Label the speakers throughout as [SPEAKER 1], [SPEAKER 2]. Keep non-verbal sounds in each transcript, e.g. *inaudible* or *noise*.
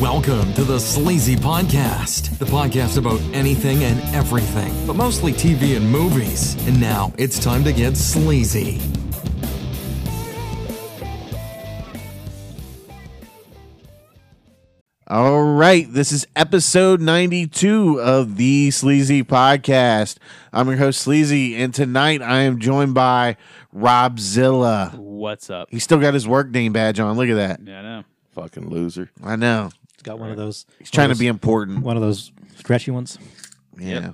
[SPEAKER 1] Welcome to the Sleazy Podcast, the podcast about anything and everything, but mostly TV and movies. And now it's time to get sleazy.
[SPEAKER 2] All right, this is episode 92 of the Sleazy Podcast. I'm your host, Sleazy, and tonight I am joined by Robzilla.
[SPEAKER 3] What's up?
[SPEAKER 2] He's still got his work name badge on. Look at that.
[SPEAKER 3] Yeah, I know.
[SPEAKER 4] Fucking loser.
[SPEAKER 2] I know.
[SPEAKER 5] It's got one of those.
[SPEAKER 2] He's trying to be important.
[SPEAKER 5] one of those stretchy ones.
[SPEAKER 2] Yeah.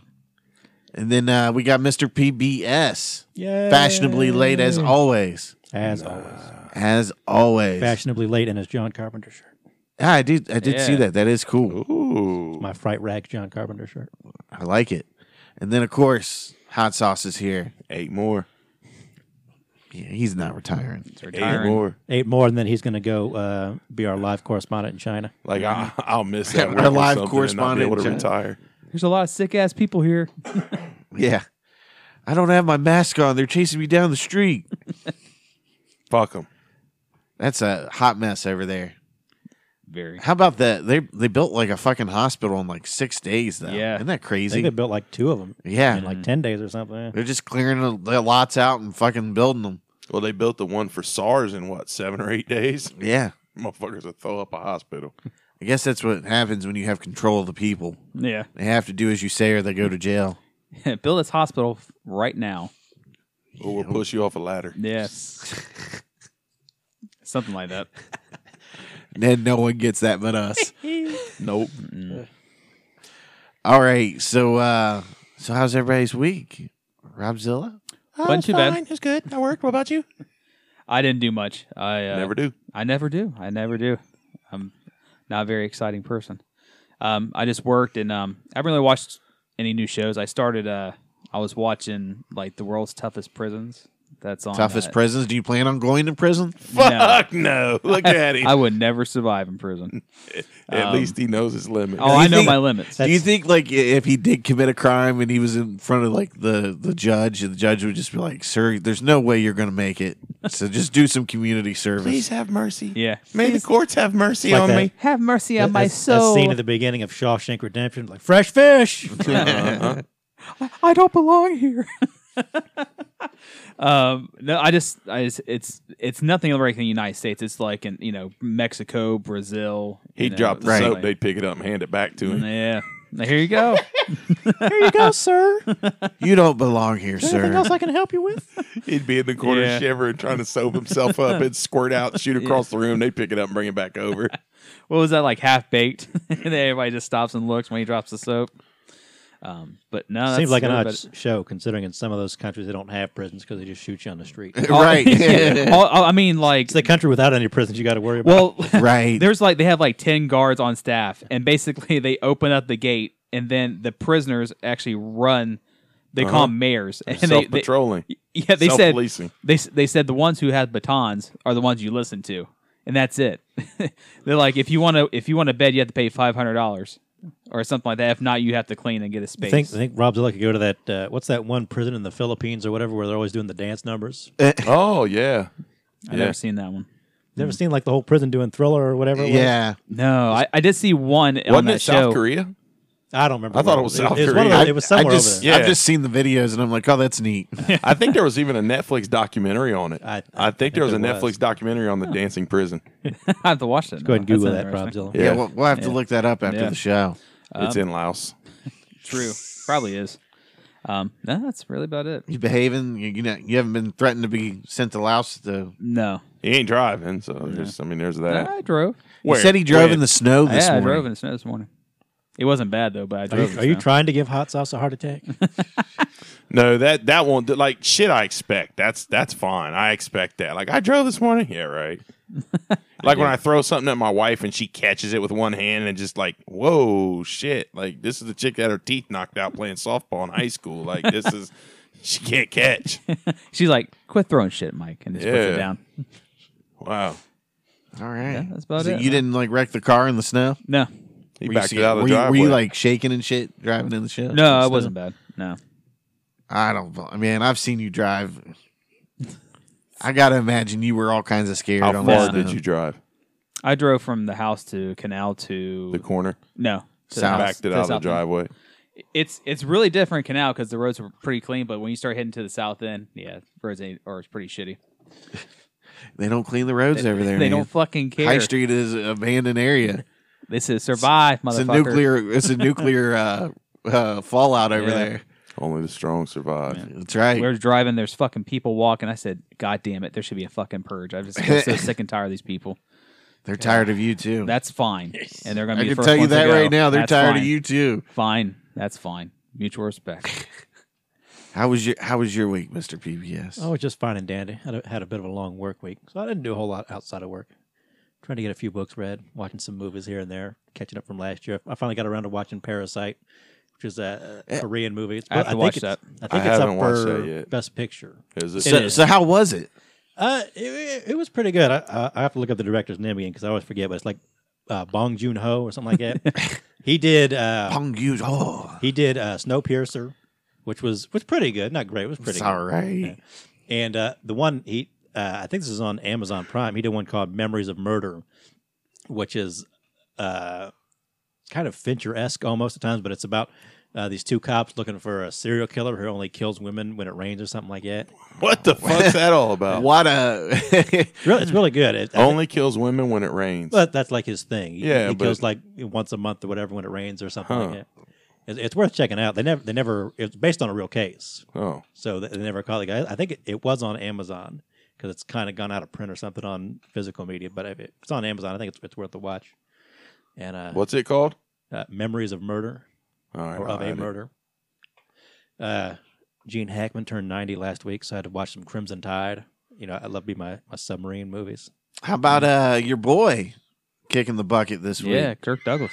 [SPEAKER 2] And then uh, we got Mr. PBS.
[SPEAKER 5] Yeah.
[SPEAKER 2] Fashionably late as always.
[SPEAKER 5] As always.
[SPEAKER 2] As always.
[SPEAKER 5] Fashionably late in his John Carpenter shirt.
[SPEAKER 2] Yeah, I did I did see
[SPEAKER 3] Yeah.
[SPEAKER 2] that. That is cool.
[SPEAKER 4] Ooh.
[SPEAKER 5] My fright rag John Carpenter shirt.
[SPEAKER 2] I like it. And then of course, hot sauce is here.
[SPEAKER 4] Eight more.
[SPEAKER 2] Yeah, he's not retiring.
[SPEAKER 4] Eight
[SPEAKER 3] Retiring.
[SPEAKER 4] more.
[SPEAKER 5] Eight more, and then he's going to go uh, be our live correspondent in China.
[SPEAKER 4] Like I,
[SPEAKER 3] *laughs*
[SPEAKER 4] I'll miss that.
[SPEAKER 2] Our
[SPEAKER 4] work or
[SPEAKER 2] live
[SPEAKER 4] something
[SPEAKER 2] correspondent,
[SPEAKER 4] And not be
[SPEAKER 2] John.
[SPEAKER 4] able to retire.
[SPEAKER 3] There's a lot of sick ass people here.
[SPEAKER 2] Yeah. I don't have my mask on. They're chasing me down the street.
[SPEAKER 4] Fuck them.
[SPEAKER 2] That's a hot mess over there.
[SPEAKER 3] Very.
[SPEAKER 2] How about that? They they built like a fucking hospital in like six days though.
[SPEAKER 3] Yeah.
[SPEAKER 2] Isn't that
[SPEAKER 5] I think
[SPEAKER 2] crazy?
[SPEAKER 5] they built like two of them
[SPEAKER 2] yeah.
[SPEAKER 5] in
[SPEAKER 3] Mm.
[SPEAKER 5] like 10 days or something. yeah.
[SPEAKER 2] They're just clearing the the lots out and fucking building them.
[SPEAKER 4] Well, they built the one for SARS in what seven or eight days. *laughs*
[SPEAKER 2] Yeah.
[SPEAKER 4] Motherfuckers would throw up a hospital.
[SPEAKER 2] I guess that's what happens when you have control of the people.
[SPEAKER 3] Yeah. *laughs*
[SPEAKER 2] They have to do as you say or they go to jail.
[SPEAKER 3] Build this hospital f- right now.
[SPEAKER 4] Or we'll push you off a ladder.
[SPEAKER 3] Yes. Something like that.
[SPEAKER 2] And then no one gets that but us.
[SPEAKER 4] Nope.
[SPEAKER 2] All right. So uh so how's everybody's week? Robzilla?
[SPEAKER 3] Wasn't too bad.
[SPEAKER 4] Oh, It's good. I worked. What about you?
[SPEAKER 3] I didn't do much. I uh, *laughs*
[SPEAKER 4] Never do.
[SPEAKER 3] I never do. I never do. I'm not a very exciting person. Um, I just worked and um, I haven't really watched any new shows. I started. Uh, I was watching like the world's toughest prisons. That's on
[SPEAKER 2] Toughest
[SPEAKER 3] uh,
[SPEAKER 2] prisons. Do you plan on going to prison?
[SPEAKER 4] Fuck no. Look at
[SPEAKER 3] *laughs*
[SPEAKER 4] him.
[SPEAKER 3] I would never survive in prison.
[SPEAKER 4] At least he knows his limit. *laughs*
[SPEAKER 3] Oh, I know
[SPEAKER 2] think-
[SPEAKER 3] my limits.
[SPEAKER 2] Do you think like i- if he did commit a crime and he was in front of like the the judge, the judge would just be like, "Sir, there's no way you're going to make it. So just do some community service."
[SPEAKER 4] Please have mercy.
[SPEAKER 3] Yeah.
[SPEAKER 4] May the courts have mercy
[SPEAKER 5] Like
[SPEAKER 4] on
[SPEAKER 3] *laughs*
[SPEAKER 5] that.
[SPEAKER 4] me.
[SPEAKER 3] Have mercy
[SPEAKER 5] That- that's- that scene at the beginning of Shawshank Redemption, like fresh fish.
[SPEAKER 4] Uh-huh.
[SPEAKER 3] I don't belong here. *laughs* um, no, I just, I just, it's, it's nothing like in the United States. It's like in, you know, Mexico, Brazil.
[SPEAKER 4] He'd
[SPEAKER 3] you know,
[SPEAKER 4] drop the
[SPEAKER 3] it's
[SPEAKER 4] soap.
[SPEAKER 3] like-
[SPEAKER 4] They'd pick it up and hand it back to him.
[SPEAKER 3] yeah. Now, Here you *laughs* go.
[SPEAKER 5] Here you go, sir. Is
[SPEAKER 2] You don't belong here,
[SPEAKER 5] there Anything
[SPEAKER 2] sir.
[SPEAKER 5] else I can help you with?
[SPEAKER 4] He'd be in the corner
[SPEAKER 3] Yeah.
[SPEAKER 4] shivering, trying to soap himself up. It'd squirt out, shoot across the room. They pick it up and bring it back over.
[SPEAKER 3] what was that like? Half baked. *laughs* and then everybody just stops and looks when he drops the soap. Um, but no, that's
[SPEAKER 5] Seems like an
[SPEAKER 3] really
[SPEAKER 5] odd
[SPEAKER 3] about
[SPEAKER 5] s- show, considering in some of those countries they don't have prisons because they just shoot you on
[SPEAKER 3] *laughs*
[SPEAKER 5] the street.
[SPEAKER 3] it. All-
[SPEAKER 2] right.
[SPEAKER 3] yeah. *laughs* All- all- I mean, like,
[SPEAKER 5] It's the country without any prisons you got to worry about. *laughs*
[SPEAKER 3] well, *laughs*
[SPEAKER 2] Right.
[SPEAKER 3] there's like they have like 10 guards on staff and basically *laughs* they open up the gate and then the prisoners actually run they call them mayors *laughs* and they,
[SPEAKER 4] Self
[SPEAKER 3] they
[SPEAKER 4] patrolling.
[SPEAKER 3] yeah they said
[SPEAKER 4] Uh-huh. Self-policing.
[SPEAKER 3] they s- they said the ones who have batons are the ones you listen to and that's it *laughs* they're like if you want to if you want a bed you have to pay $500 or something like that if not you have to clean and get a
[SPEAKER 5] I
[SPEAKER 3] space
[SPEAKER 5] think, I think Rob Zilla could go to that. Uh, what's that one prison in the Philippines or whatever where they're always doing the dance numbers? I've
[SPEAKER 4] Oh yeah,
[SPEAKER 3] i've
[SPEAKER 4] yeah.
[SPEAKER 3] never seen that one
[SPEAKER 5] never seen like the whole prison doing Thriller or whatever. it
[SPEAKER 2] *laughs*
[SPEAKER 5] was?
[SPEAKER 2] yeah.
[SPEAKER 3] no I, I did see one on
[SPEAKER 4] wasn't
[SPEAKER 3] that
[SPEAKER 4] it South
[SPEAKER 3] show
[SPEAKER 4] Korea?
[SPEAKER 5] I don't remember.
[SPEAKER 4] I thought
[SPEAKER 5] what
[SPEAKER 4] it was South
[SPEAKER 5] It was, one of
[SPEAKER 4] Korea.
[SPEAKER 5] those- it was somewhere
[SPEAKER 2] I just,
[SPEAKER 5] over there.
[SPEAKER 4] Yeah.
[SPEAKER 2] I've just seen the videos and I'm like, "Oh, that's
[SPEAKER 5] *laughs*
[SPEAKER 2] neat."
[SPEAKER 4] I think there was even a Netflix documentary on it.
[SPEAKER 5] I-
[SPEAKER 4] I,
[SPEAKER 5] I
[SPEAKER 4] think there was a
[SPEAKER 5] think there
[SPEAKER 4] Netflix
[SPEAKER 5] was.
[SPEAKER 4] documentary on the dancing prison.
[SPEAKER 3] *laughs* i have to watch that
[SPEAKER 5] Go ahead and Google that, Rob
[SPEAKER 3] Rob's
[SPEAKER 5] Zilla.
[SPEAKER 2] yeah,
[SPEAKER 4] Yeah.
[SPEAKER 2] we'll, we'll have to look that up after
[SPEAKER 3] Yeah.
[SPEAKER 2] the show.
[SPEAKER 4] it's in Laos.
[SPEAKER 3] true probably is um, no, that's really about it
[SPEAKER 2] You behaving? You, you know, you haven't been threatened to be sent to Laos. To
[SPEAKER 3] no
[SPEAKER 4] He ain't driving, so there's. I mean, there's that.
[SPEAKER 3] I drove.
[SPEAKER 2] he said he drove in the snow this
[SPEAKER 3] yeah, I
[SPEAKER 2] morning.
[SPEAKER 3] drove in the snow this morning. It wasn't bad though, but I
[SPEAKER 5] Are
[SPEAKER 3] drove.
[SPEAKER 5] you,
[SPEAKER 3] in
[SPEAKER 5] are you
[SPEAKER 3] the snow.
[SPEAKER 5] trying to give hot sauce a heart *laughs* attack?
[SPEAKER 4] No, that that won't. do- Like shit, I expect. That's that's fine. I expect that. Like I drove this morning. Yeah, *laughs* right. like when I throw something at my wife and she catches it with one hand and just like, whoa, shit. Like this is the chick that had her teeth knocked out playing softball in high school. Like this is. *laughs* She can't catch.
[SPEAKER 3] She's like, "Quit throwing shit, Mike," and just puts it
[SPEAKER 4] Yeah.
[SPEAKER 3] down.
[SPEAKER 4] Wow.
[SPEAKER 2] All right.
[SPEAKER 3] that's about
[SPEAKER 2] So
[SPEAKER 3] it,
[SPEAKER 2] You
[SPEAKER 3] man.
[SPEAKER 2] didn't like wreck the car in the snow.
[SPEAKER 3] No,
[SPEAKER 4] He
[SPEAKER 2] Were
[SPEAKER 4] backed
[SPEAKER 2] see-
[SPEAKER 4] it out of
[SPEAKER 2] were you-
[SPEAKER 4] the driveway.
[SPEAKER 2] Were you like shaking and shit driving in the show?
[SPEAKER 3] no, it wasn't bad. No,
[SPEAKER 2] I don't. bel- I mean, I've seen you drive. I gotta imagine you were all kinds of scared.
[SPEAKER 4] How
[SPEAKER 2] on
[SPEAKER 4] far
[SPEAKER 2] that
[SPEAKER 4] did
[SPEAKER 2] snow.
[SPEAKER 4] you drive?
[SPEAKER 3] I drove from the house to Canal to
[SPEAKER 4] The corner.
[SPEAKER 3] no to the
[SPEAKER 2] South.
[SPEAKER 3] house-
[SPEAKER 4] Backed it
[SPEAKER 3] to
[SPEAKER 4] out of the
[SPEAKER 3] south end.
[SPEAKER 4] driveway.
[SPEAKER 3] It's it's really different Canal because the roads were pretty clean, but when you start heading to the south end, yeah, roads ain't, or it's pretty shitty.
[SPEAKER 2] They don't clean the roads over there.
[SPEAKER 3] They
[SPEAKER 2] man.
[SPEAKER 3] don't fucking care.
[SPEAKER 2] High Street is an abandoned area.
[SPEAKER 3] This is survive,
[SPEAKER 2] It's a
[SPEAKER 3] motherfucker.
[SPEAKER 2] nuclear. It's a nuclear uh, uh, fallout over
[SPEAKER 3] Yeah.
[SPEAKER 2] there.
[SPEAKER 4] Only the strong survive.
[SPEAKER 2] That's right.
[SPEAKER 3] We We're driving. There's fucking people walking. I said, "God damn it! There should be a fucking purge." I'm just I'm so sick and tired of these people.
[SPEAKER 2] They're tired of you too.
[SPEAKER 3] That's
[SPEAKER 5] *laughs*
[SPEAKER 3] fine, and they're gonna.
[SPEAKER 2] I
[SPEAKER 3] Be the
[SPEAKER 2] can
[SPEAKER 3] first
[SPEAKER 2] tell you
[SPEAKER 3] ones to
[SPEAKER 2] that
[SPEAKER 3] go.
[SPEAKER 2] right now. They're
[SPEAKER 3] That's
[SPEAKER 2] tired
[SPEAKER 3] fine.
[SPEAKER 2] of you too.
[SPEAKER 3] Fine, that's fine.
[SPEAKER 2] *laughs*
[SPEAKER 3] Mutual respect.
[SPEAKER 2] How was your How was your week, Mister PBS?
[SPEAKER 5] I was just fine and dandy. Had a, had a bit of a long work week, so I didn't do a whole lot outside of work. Trying to get a few books read, watching some movies here and there, catching up from last year. I finally got around to watching Parasite, which is a,
[SPEAKER 2] Eh.
[SPEAKER 5] a Korean movie. It's-
[SPEAKER 3] I have
[SPEAKER 5] but
[SPEAKER 3] to
[SPEAKER 5] think
[SPEAKER 3] watch
[SPEAKER 5] it's- I
[SPEAKER 4] I
[SPEAKER 5] think it's
[SPEAKER 4] haven't
[SPEAKER 5] up
[SPEAKER 4] watched
[SPEAKER 5] for
[SPEAKER 4] that yet.
[SPEAKER 5] Best Picture.
[SPEAKER 4] Is it?
[SPEAKER 2] so, so how was it?
[SPEAKER 5] Uh, it, it was pretty good. I, I I have to look up the director's name again because I always forget, but it's like uh, Bong Joon Ho or something like that. he did uh,
[SPEAKER 2] Pong Yu's. Oh,
[SPEAKER 5] he did uh, Snowpiercer, which was was pretty good. Not great, it was pretty
[SPEAKER 2] it's
[SPEAKER 5] good.
[SPEAKER 2] all right.
[SPEAKER 5] And uh, the one he, uh, I think this is on Amazon Prime. He did one called Memories of Murder, which is uh, kind of Fincher esque almost at times, but it's about uh, these two cops looking for a serial killer who only kills women when it rains or something like that.
[SPEAKER 4] *laughs* What the fuck's that all *laughs* about?
[SPEAKER 2] What a *laughs*
[SPEAKER 5] Really, it's really good. It, I think-
[SPEAKER 4] Only kills women when it rains.
[SPEAKER 5] but that's like his thing. He,
[SPEAKER 4] Yeah,
[SPEAKER 5] he
[SPEAKER 4] but-
[SPEAKER 5] kills like once a month or whatever when it rains or something
[SPEAKER 4] Huh.
[SPEAKER 5] like that. It's, it's worth checking out. They never, they never. It's based on a real case.
[SPEAKER 4] oh,
[SPEAKER 5] so they they never caught the guy. I think it, it was on Amazon because it's kind of gone out of print or something on physical media. But if it's on Amazon, I think it's, it's worth the watch. And uh,
[SPEAKER 4] what's it called?
[SPEAKER 5] uh, memories of murder
[SPEAKER 4] All right,
[SPEAKER 5] or of
[SPEAKER 4] I'll
[SPEAKER 5] a
[SPEAKER 4] add it.
[SPEAKER 5] murder. Uh, Gene Hackman turned ninety last week, so I had to watch some Crimson Tide. You know, I love to be my, my submarine movies.
[SPEAKER 2] How about uh your boy kicking the bucket this week?
[SPEAKER 3] yeah,
[SPEAKER 2] *laughs*
[SPEAKER 3] Kirk Douglas.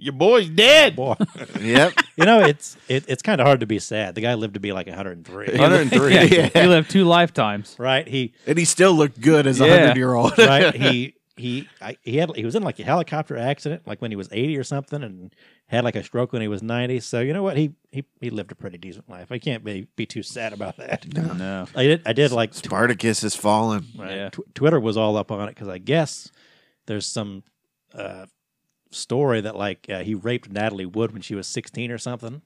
[SPEAKER 4] Your boy's dead.
[SPEAKER 5] Boy,
[SPEAKER 2] Yep.
[SPEAKER 5] you know it's it, it's kind of hard to be sad. The guy lived to be like one hundred and three,
[SPEAKER 3] *laughs*
[SPEAKER 4] 103.
[SPEAKER 3] yeah,
[SPEAKER 2] Yeah.
[SPEAKER 3] he lived two lifetimes.
[SPEAKER 5] right?
[SPEAKER 3] *laughs*
[SPEAKER 5] He
[SPEAKER 2] and he still looked good as a
[SPEAKER 3] Yeah.
[SPEAKER 2] hundred year old.
[SPEAKER 5] right? He he I, he had he was in like a helicopter accident, like when he was eighty or something, and had like a stroke when he was ninety. So you know what? He he, he lived a pretty decent life. I can't be be too sad about that.
[SPEAKER 3] No,
[SPEAKER 5] I did I did like tw-
[SPEAKER 2] *laughs* Spartacus has fallen.
[SPEAKER 3] *laughs* yeah.
[SPEAKER 5] tw- Twitter was all up on it because I guess there's some uh, story that like uh, he raped Natalie Wood when she was sixteen or something.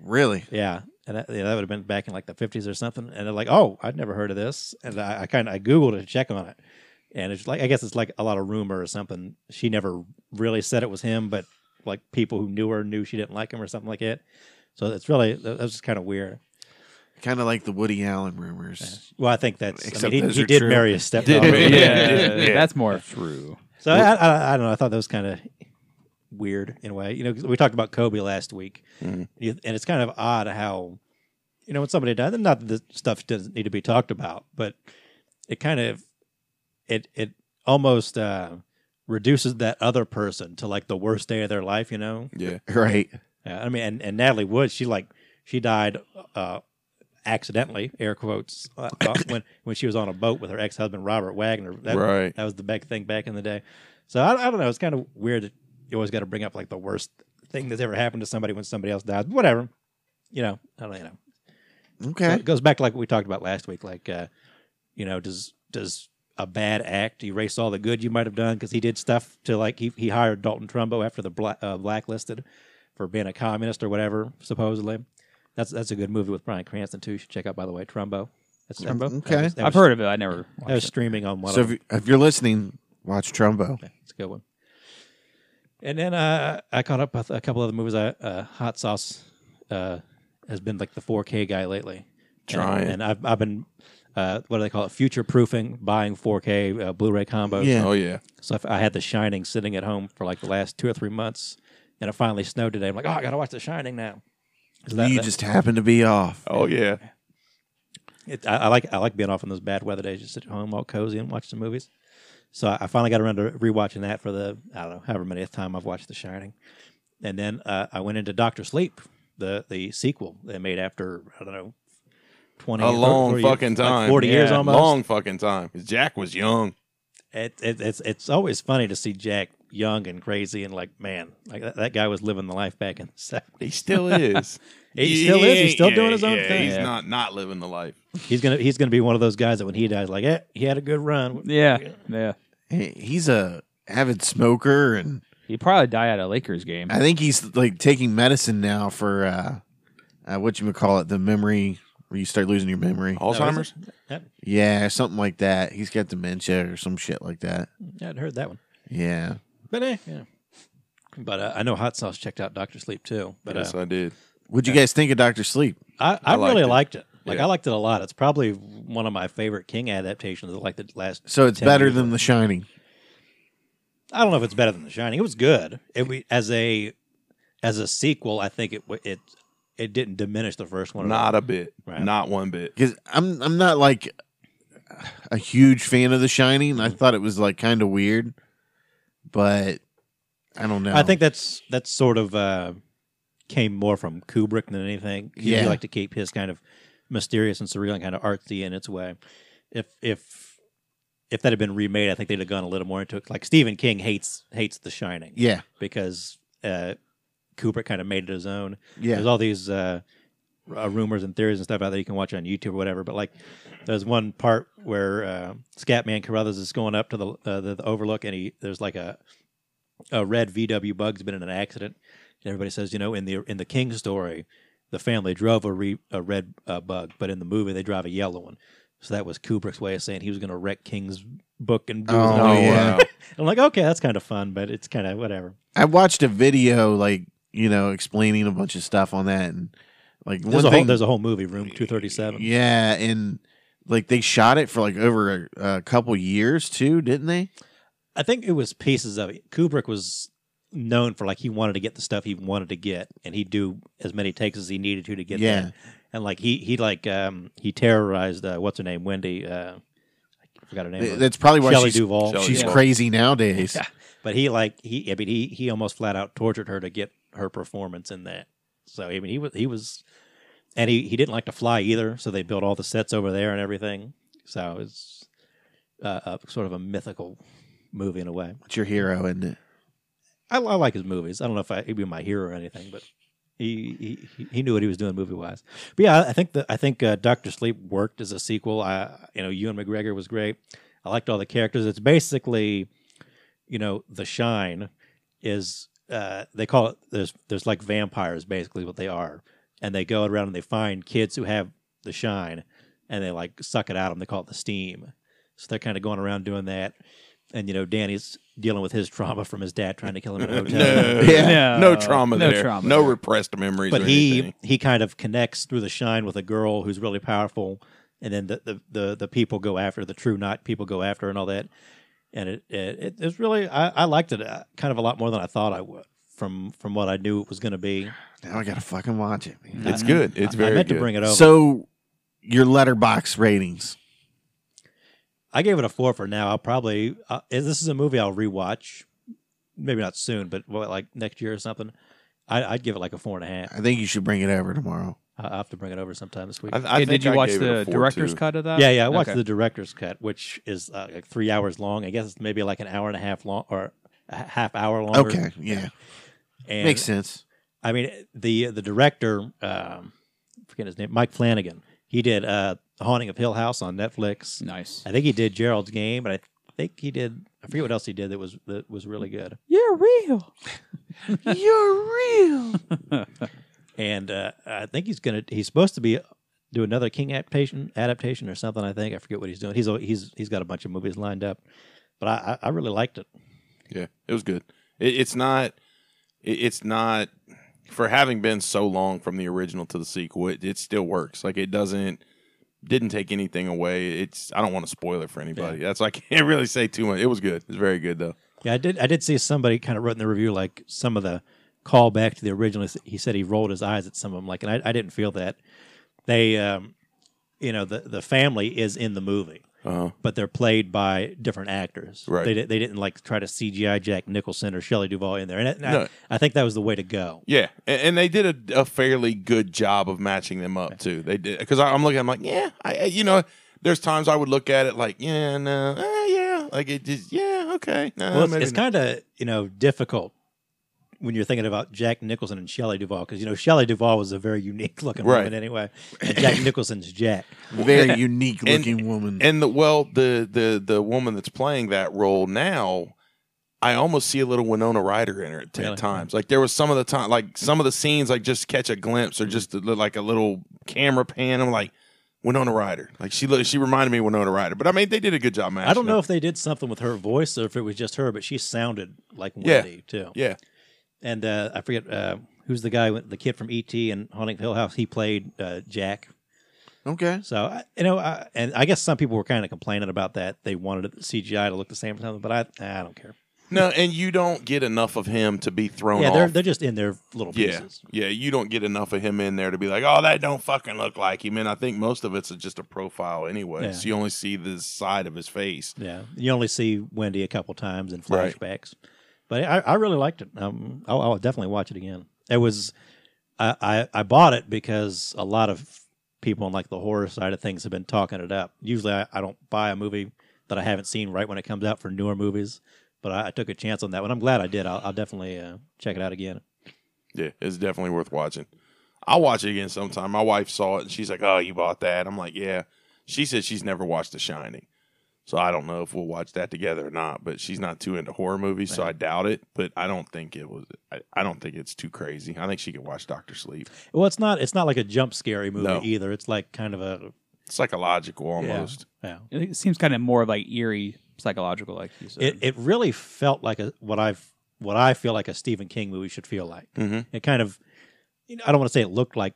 [SPEAKER 2] Really?
[SPEAKER 5] Yeah. And that, yeah, that would have been back in like the 50s or something. And they're like, oh, I'd never heard of this. And I, I kind of I Googled it to check on it. And it's like, I guess it's like a lot of rumor or something. She never really said it was him, but like people who knew her knew she didn't like him or something like that. So it's really, that that was just kind of weird.
[SPEAKER 2] Kind of like the Woody Allen rumors.
[SPEAKER 5] Well, I think that's, I
[SPEAKER 2] Except
[SPEAKER 5] mean,
[SPEAKER 2] those
[SPEAKER 5] he, he
[SPEAKER 2] are
[SPEAKER 5] did
[SPEAKER 2] true.
[SPEAKER 5] marry his stepdaughter.
[SPEAKER 4] marry-
[SPEAKER 3] *laughs* yeah,
[SPEAKER 4] Yeah. Yeah.
[SPEAKER 3] that's more true.
[SPEAKER 5] So I, I, I don't know. I thought that was kind of weird in a way. You know, 'cause we talked about Kobe last week,
[SPEAKER 4] Mhm.
[SPEAKER 5] You- and it's kind of odd how, you know, when somebody dies, not that this stuff doesn't need to be talked about, but it kind of, it it almost uh, reduces that other person to like the worst day of their life. You know,
[SPEAKER 4] Yeah.
[SPEAKER 2] Right.
[SPEAKER 5] yeah, I mean, and, and Natalie Wood, she like she died uh, accidentally, air quotes, uh, uh, when when she was on a boat with her ex husband Robert Wagner. That,
[SPEAKER 4] Right.
[SPEAKER 5] that was the big thing back in the day. So I, I don't know. It's kind of weird. That you always got to bring up like the worst thing that's ever happened to somebody when somebody else dies. Whatever. You know, I don't you know. So
[SPEAKER 2] Okay.
[SPEAKER 5] it goes back to like what we talked about last week. Like, uh, you know, does does a bad act erase all the good you might have done? Because he did stuff to like he he hired Dalton Trumbo after the bla- uh, blacklisted for being a communist or whatever supposedly. That's that's a good movie with Brian Cranston too. You should check out by the way Trumbo. That's Trumbo.
[SPEAKER 2] Okay.
[SPEAKER 5] That was- that
[SPEAKER 3] I've
[SPEAKER 5] was-
[SPEAKER 3] heard of it. I never.
[SPEAKER 5] That was
[SPEAKER 3] Watched it.
[SPEAKER 5] streaming on one.
[SPEAKER 2] So if,
[SPEAKER 5] of
[SPEAKER 2] you- if you're listening, watch Trumbo.
[SPEAKER 5] yeah, it's a good one. And then uh, I caught up with a couple other movies. I, uh, Hot Sauce uh, has been like the 4K guy lately.
[SPEAKER 4] Trying.
[SPEAKER 5] And, and I've, I've been, uh, what do they call it? Future proofing, buying 4K uh, Blu ray combos.
[SPEAKER 2] Yeah.
[SPEAKER 4] Oh yeah.
[SPEAKER 5] So if I had The Shining sitting at home for like the last two or three months. And it finally snowed today. I'm like, oh, I got to watch The Shining now. 'Cause that-
[SPEAKER 2] you
[SPEAKER 5] that-
[SPEAKER 2] just happen to be off.
[SPEAKER 4] Oh yeah.
[SPEAKER 5] It, I, I like I like being off on those bad weather days. Just sit at home, all cozy, and watch some movies. So I, I finally got around to rewatching that for the I don't know however many time I've watched The Shining, and then uh, I went into Doctor Sleep, the the sequel they made after I don't know twenty
[SPEAKER 4] A
[SPEAKER 5] or
[SPEAKER 4] long
[SPEAKER 5] 40
[SPEAKER 4] fucking
[SPEAKER 5] like
[SPEAKER 4] time.
[SPEAKER 5] forty years
[SPEAKER 4] Yeah,
[SPEAKER 5] almost.
[SPEAKER 4] Long fucking time. 'Cause Jack was young.
[SPEAKER 5] It, it, it's it's always funny to see Jack young and crazy and like man, like that, that guy was living the life back in the seventies.
[SPEAKER 4] He still *laughs* is.
[SPEAKER 5] He still is. He's still doing his own
[SPEAKER 4] yeah,
[SPEAKER 5] thing.
[SPEAKER 4] He's
[SPEAKER 5] Yeah.
[SPEAKER 4] not not living the life.
[SPEAKER 5] He's gonna he's gonna be one of those guys that when he dies, like eh, he had a good run.
[SPEAKER 3] Yeah, yeah.
[SPEAKER 2] He- He's a avid smoker, and
[SPEAKER 3] He'd probably die at a Lakers game.
[SPEAKER 2] I think he's like taking medicine now for uh, uh what you would call it, the memory where you start losing your memory.
[SPEAKER 4] Alzheimer's?
[SPEAKER 2] Yeah, something like that. He's got dementia or some shit like that.
[SPEAKER 5] Yeah, I'd heard that one.
[SPEAKER 2] Yeah.
[SPEAKER 5] But eh, yeah. But uh, I know Hot Sauce checked out Doctor Sleep too. But
[SPEAKER 4] yes,
[SPEAKER 5] uh,
[SPEAKER 4] I did.
[SPEAKER 2] What'd you guys think of Doctor Sleep?
[SPEAKER 5] I, I,
[SPEAKER 4] I liked
[SPEAKER 5] really
[SPEAKER 4] it.
[SPEAKER 5] liked it. Like
[SPEAKER 4] Yeah.
[SPEAKER 5] I liked it a lot. It's probably one of my favorite King adaptations. of, Like the last.
[SPEAKER 2] So it's
[SPEAKER 5] 10
[SPEAKER 2] better
[SPEAKER 5] years.
[SPEAKER 2] than The Shining.
[SPEAKER 5] I don't know if it's better than The Shining. It was good. It we- as a as a sequel. I think it wa- it it didn't diminish the first one. at all.
[SPEAKER 4] Not a bit.
[SPEAKER 5] Right.
[SPEAKER 4] Not one bit.
[SPEAKER 2] Because I'm I'm not like a huge fan of The Shining.
[SPEAKER 5] Mm-hmm.
[SPEAKER 2] I thought it was like kind of weird, but I don't know.
[SPEAKER 5] I think that's that's sort of uh, came more from Kubrick than anything. He
[SPEAKER 2] Yeah.
[SPEAKER 5] liked to keep his kind of mysterious and surreal and kind of artsy in its way. If if if that had been remade, I think they'd have gone a little more into it. Like Stephen King hates hates The Shining
[SPEAKER 2] yeah,
[SPEAKER 5] because uh, Kubrick kind of made it his own. There's
[SPEAKER 2] yeah,
[SPEAKER 5] all these uh, r- uh, rumors and theories and stuff out there you can watch on YouTube or whatever. But like, there's one part where uh, Scatman Carruthers is going up to the, uh, the the Overlook, and he there's like a a red VW bug's been in an accident, and everybody says, you know, in the in the King story, the family drove a, re, a red uh, bug, but in the movie they drive a yellow one. So that was Kubrick's way of saying he was going to wreck King's book and do his
[SPEAKER 2] Oh,
[SPEAKER 5] own
[SPEAKER 4] Oh,
[SPEAKER 5] thing.
[SPEAKER 2] yeah.
[SPEAKER 5] *laughs*
[SPEAKER 4] wow.
[SPEAKER 5] I'm like, okay, that's kind of fun, but it's kind of whatever.
[SPEAKER 2] I watched a video like you know explaining a bunch of stuff on that and like
[SPEAKER 5] There's
[SPEAKER 2] one
[SPEAKER 5] a
[SPEAKER 2] thing.
[SPEAKER 5] whole there's a whole movie, Room 237.
[SPEAKER 2] yeah, and like they shot it for like over a, a couple years too, didn't they?
[SPEAKER 5] I think it was pieces of it. Kubrick was known for like he wanted to get the stuff he wanted to get, and he'd do as many takes as he needed to to get
[SPEAKER 2] Yeah.
[SPEAKER 5] that. And like he he like um he terrorized uh, what's her name Wendy uh, I forgot her name
[SPEAKER 2] Th- That's probably why
[SPEAKER 5] Shelley
[SPEAKER 2] she's
[SPEAKER 5] Duvall.
[SPEAKER 4] Shelley
[SPEAKER 2] she's
[SPEAKER 4] Duvall.
[SPEAKER 2] crazy nowadays.
[SPEAKER 5] Oh, Yeah. But he like he I mean he he almost flat out tortured her to get her performance in that. So I mean he was he was and he he didn't like to fly either, so they built all the sets over there and everything. So it's uh, a, sort of a mythical movie in a way.
[SPEAKER 2] It's your hero, isn't it?
[SPEAKER 5] I, I like his movies. I don't know if I, he'd be my hero or anything, but he he, he knew what he was doing movie wise. But yeah, I- I think the I think uh, Doctor Sleep worked as a sequel. I you know Ewan McGregor was great. I liked all the characters. It's basically you know The Shine is uh, they call it there's there's like vampires basically what they are, and they go around and they find kids who have the shine, and they like suck it out of them. They call it the steam. So they're kind of going around doing that. And you know, Danny's dealing with his *laughs* trauma from his dad trying to kill him in
[SPEAKER 4] *laughs*
[SPEAKER 5] a hotel
[SPEAKER 4] No,
[SPEAKER 2] Yeah.
[SPEAKER 4] no trauma
[SPEAKER 3] No
[SPEAKER 4] there.
[SPEAKER 3] trauma
[SPEAKER 4] no
[SPEAKER 3] there.
[SPEAKER 4] repressed memories.
[SPEAKER 5] but
[SPEAKER 4] or
[SPEAKER 5] he
[SPEAKER 4] anything.
[SPEAKER 5] he kind of connects through the shine with a girl who's really powerful and then the the the, the people go after the true not people go after and all that and it it, it it's really I, I liked it uh, kind of a lot more than i thought i would from from what i knew it was going to be
[SPEAKER 2] Now I gotta fucking watch it. man.
[SPEAKER 4] it's good. It's
[SPEAKER 5] I-
[SPEAKER 4] very
[SPEAKER 5] i meant
[SPEAKER 4] good.
[SPEAKER 5] to bring it over
[SPEAKER 2] So your letterbox ratings.
[SPEAKER 5] i gave it a four for now i'll probably uh, this is a movie i'll rewatch maybe not soon but what, like next year or something I, i'd give it like a four and a half
[SPEAKER 2] I think you should bring it over tomorrow.
[SPEAKER 5] I- i'll have to bring it over sometime this week
[SPEAKER 4] I, I
[SPEAKER 3] Yeah,
[SPEAKER 4] think
[SPEAKER 3] did you
[SPEAKER 4] I
[SPEAKER 3] watch
[SPEAKER 4] gave it a
[SPEAKER 3] the
[SPEAKER 4] four,
[SPEAKER 3] director's
[SPEAKER 4] too.
[SPEAKER 3] cut of that?
[SPEAKER 5] Yeah, yeah. I watched
[SPEAKER 3] Okay.
[SPEAKER 5] the director's cut, which is uh, like three hours long. I guess it's maybe like an hour and a half long or a h- half hour long.
[SPEAKER 2] Okay, yeah,
[SPEAKER 5] and,
[SPEAKER 2] makes sense.
[SPEAKER 5] I mean, the the director, um, I forget his name, Mike Flanagan. He did uh, The Haunting of Hill House on Netflix.
[SPEAKER 3] Nice.
[SPEAKER 5] I think he did Gerald's Game, but I think he did. I forget what else he did that was that was really good.
[SPEAKER 3] You're *laughs* real.
[SPEAKER 5] And uh, I think he's gonna he's supposed to be uh, do another King adaptation adaptation or something. I think I forget what he's doing. He's al- he's he's got a bunch of movies lined up, but I I, I really liked it.
[SPEAKER 4] Yeah, it was good. It, it's not. It, it's not for having been so long from the original to the sequel. It, it still works. Like it doesn't didn't take anything away. It's I don't want to spoil it for anybody. That's why I can't *laughs* really say too much. It was good. It's very good though.
[SPEAKER 5] Yeah, I did. I did see somebody kind of wrote in the review like some of the callback to the original. He said he rolled his eyes at some of them, like, and I, I didn't feel that. They, um, you know, the the family is in the movie,
[SPEAKER 4] Uh-huh.
[SPEAKER 5] but they're played by different actors.
[SPEAKER 4] Right.
[SPEAKER 5] They, di- they didn't like try to CGI Jack Nicholson or Shelley Duvall in there, and, I- and I-
[SPEAKER 4] No.
[SPEAKER 5] I, think that was the way to go.
[SPEAKER 4] Yeah, and, and they did a, a fairly good job of matching them up too. They did because I'm looking. I'm like, yeah, I I- you know. There's times I would look at it like, yeah, no, eh, yeah, like it just, yeah, okay, no,
[SPEAKER 5] Well, it's,
[SPEAKER 4] maybe
[SPEAKER 5] it's
[SPEAKER 4] not.
[SPEAKER 5] kind of you know difficult when you're thinking about Jack Nicholson and Shelley Duvall, because you know Shelley Duvall was a very unique looking
[SPEAKER 4] Right.
[SPEAKER 5] woman anyway. And Jack Nicholson's Jack.
[SPEAKER 2] *laughs* Very unique
[SPEAKER 4] And-
[SPEAKER 2] looking woman.
[SPEAKER 4] And the well, the the the woman that's playing that role now, I almost see a little Winona Ryder in her at
[SPEAKER 5] Really?
[SPEAKER 4] times. Like there was some of the time, like some of the scenes, like just catch a glimpse or just a li- like a little camera pan. I'm like Winona Ryder. Like she looked, she reminded me of Winona Ryder. But I mean, they did a good job matching.
[SPEAKER 5] I don't know
[SPEAKER 4] up.
[SPEAKER 5] if they did something with her voice or if it was just her, but she sounded like
[SPEAKER 4] Yeah.
[SPEAKER 5] Wendy too.
[SPEAKER 4] Yeah,
[SPEAKER 5] And uh, I forget uh, who's the guy, with- the kid from ET and Haunting of Hill House. He played uh, Jack.
[SPEAKER 2] Okay.
[SPEAKER 5] So I- you know, I, and I guess some people were kind of complaining about that. They wanted the CGI to look the same or something, but I I don't care.
[SPEAKER 4] no, and you don't get enough of him to be thrown
[SPEAKER 5] yeah,
[SPEAKER 4] off.
[SPEAKER 5] they're they're just in their little
[SPEAKER 4] yeah,
[SPEAKER 5] pieces.
[SPEAKER 4] yeah, you don't get enough of him in there to be like, oh, that don't fucking look like him. And I think most of it's just a profile anyway,
[SPEAKER 5] Yeah.
[SPEAKER 4] so you only see this side of his face.
[SPEAKER 5] Yeah, you only see Wendy a couple times in
[SPEAKER 4] Right.
[SPEAKER 5] flashbacks, but I, I really liked it. Um, I'll, I'll definitely watch it again. It was I, I I bought it because a lot of people on like the horror side of things have been talking it up. Usually, I, I don't buy a movie that I haven't seen right when it comes out for newer movies, but I, I took a chance on that one. I'm glad I did. I'll, I'll definitely uh, check it out again.
[SPEAKER 4] Yeah, it's definitely worth watching. I'll watch it again sometime. My wife saw it and she's like, "Oh, you bought that?" I'm like, "Yeah." She said she's never watched The Shining, so I don't know if we'll watch that together or not. But she's not too into horror movies, so I doubt it. But I don't think it was. I, I don't think it's too crazy. I think she could watch Doctor Sleep.
[SPEAKER 5] Well, it's not it's not like a jump scary movie
[SPEAKER 4] No.
[SPEAKER 5] either. It's like kind of a
[SPEAKER 4] Psychological almost.
[SPEAKER 5] yeah.
[SPEAKER 3] It seems kind of more of like eerie, psychological, like you said.
[SPEAKER 5] It it really felt like a what I've what I feel like a Stephen King movie should feel like.
[SPEAKER 4] hmm
[SPEAKER 5] it kind of you know, I don't want to say it looked like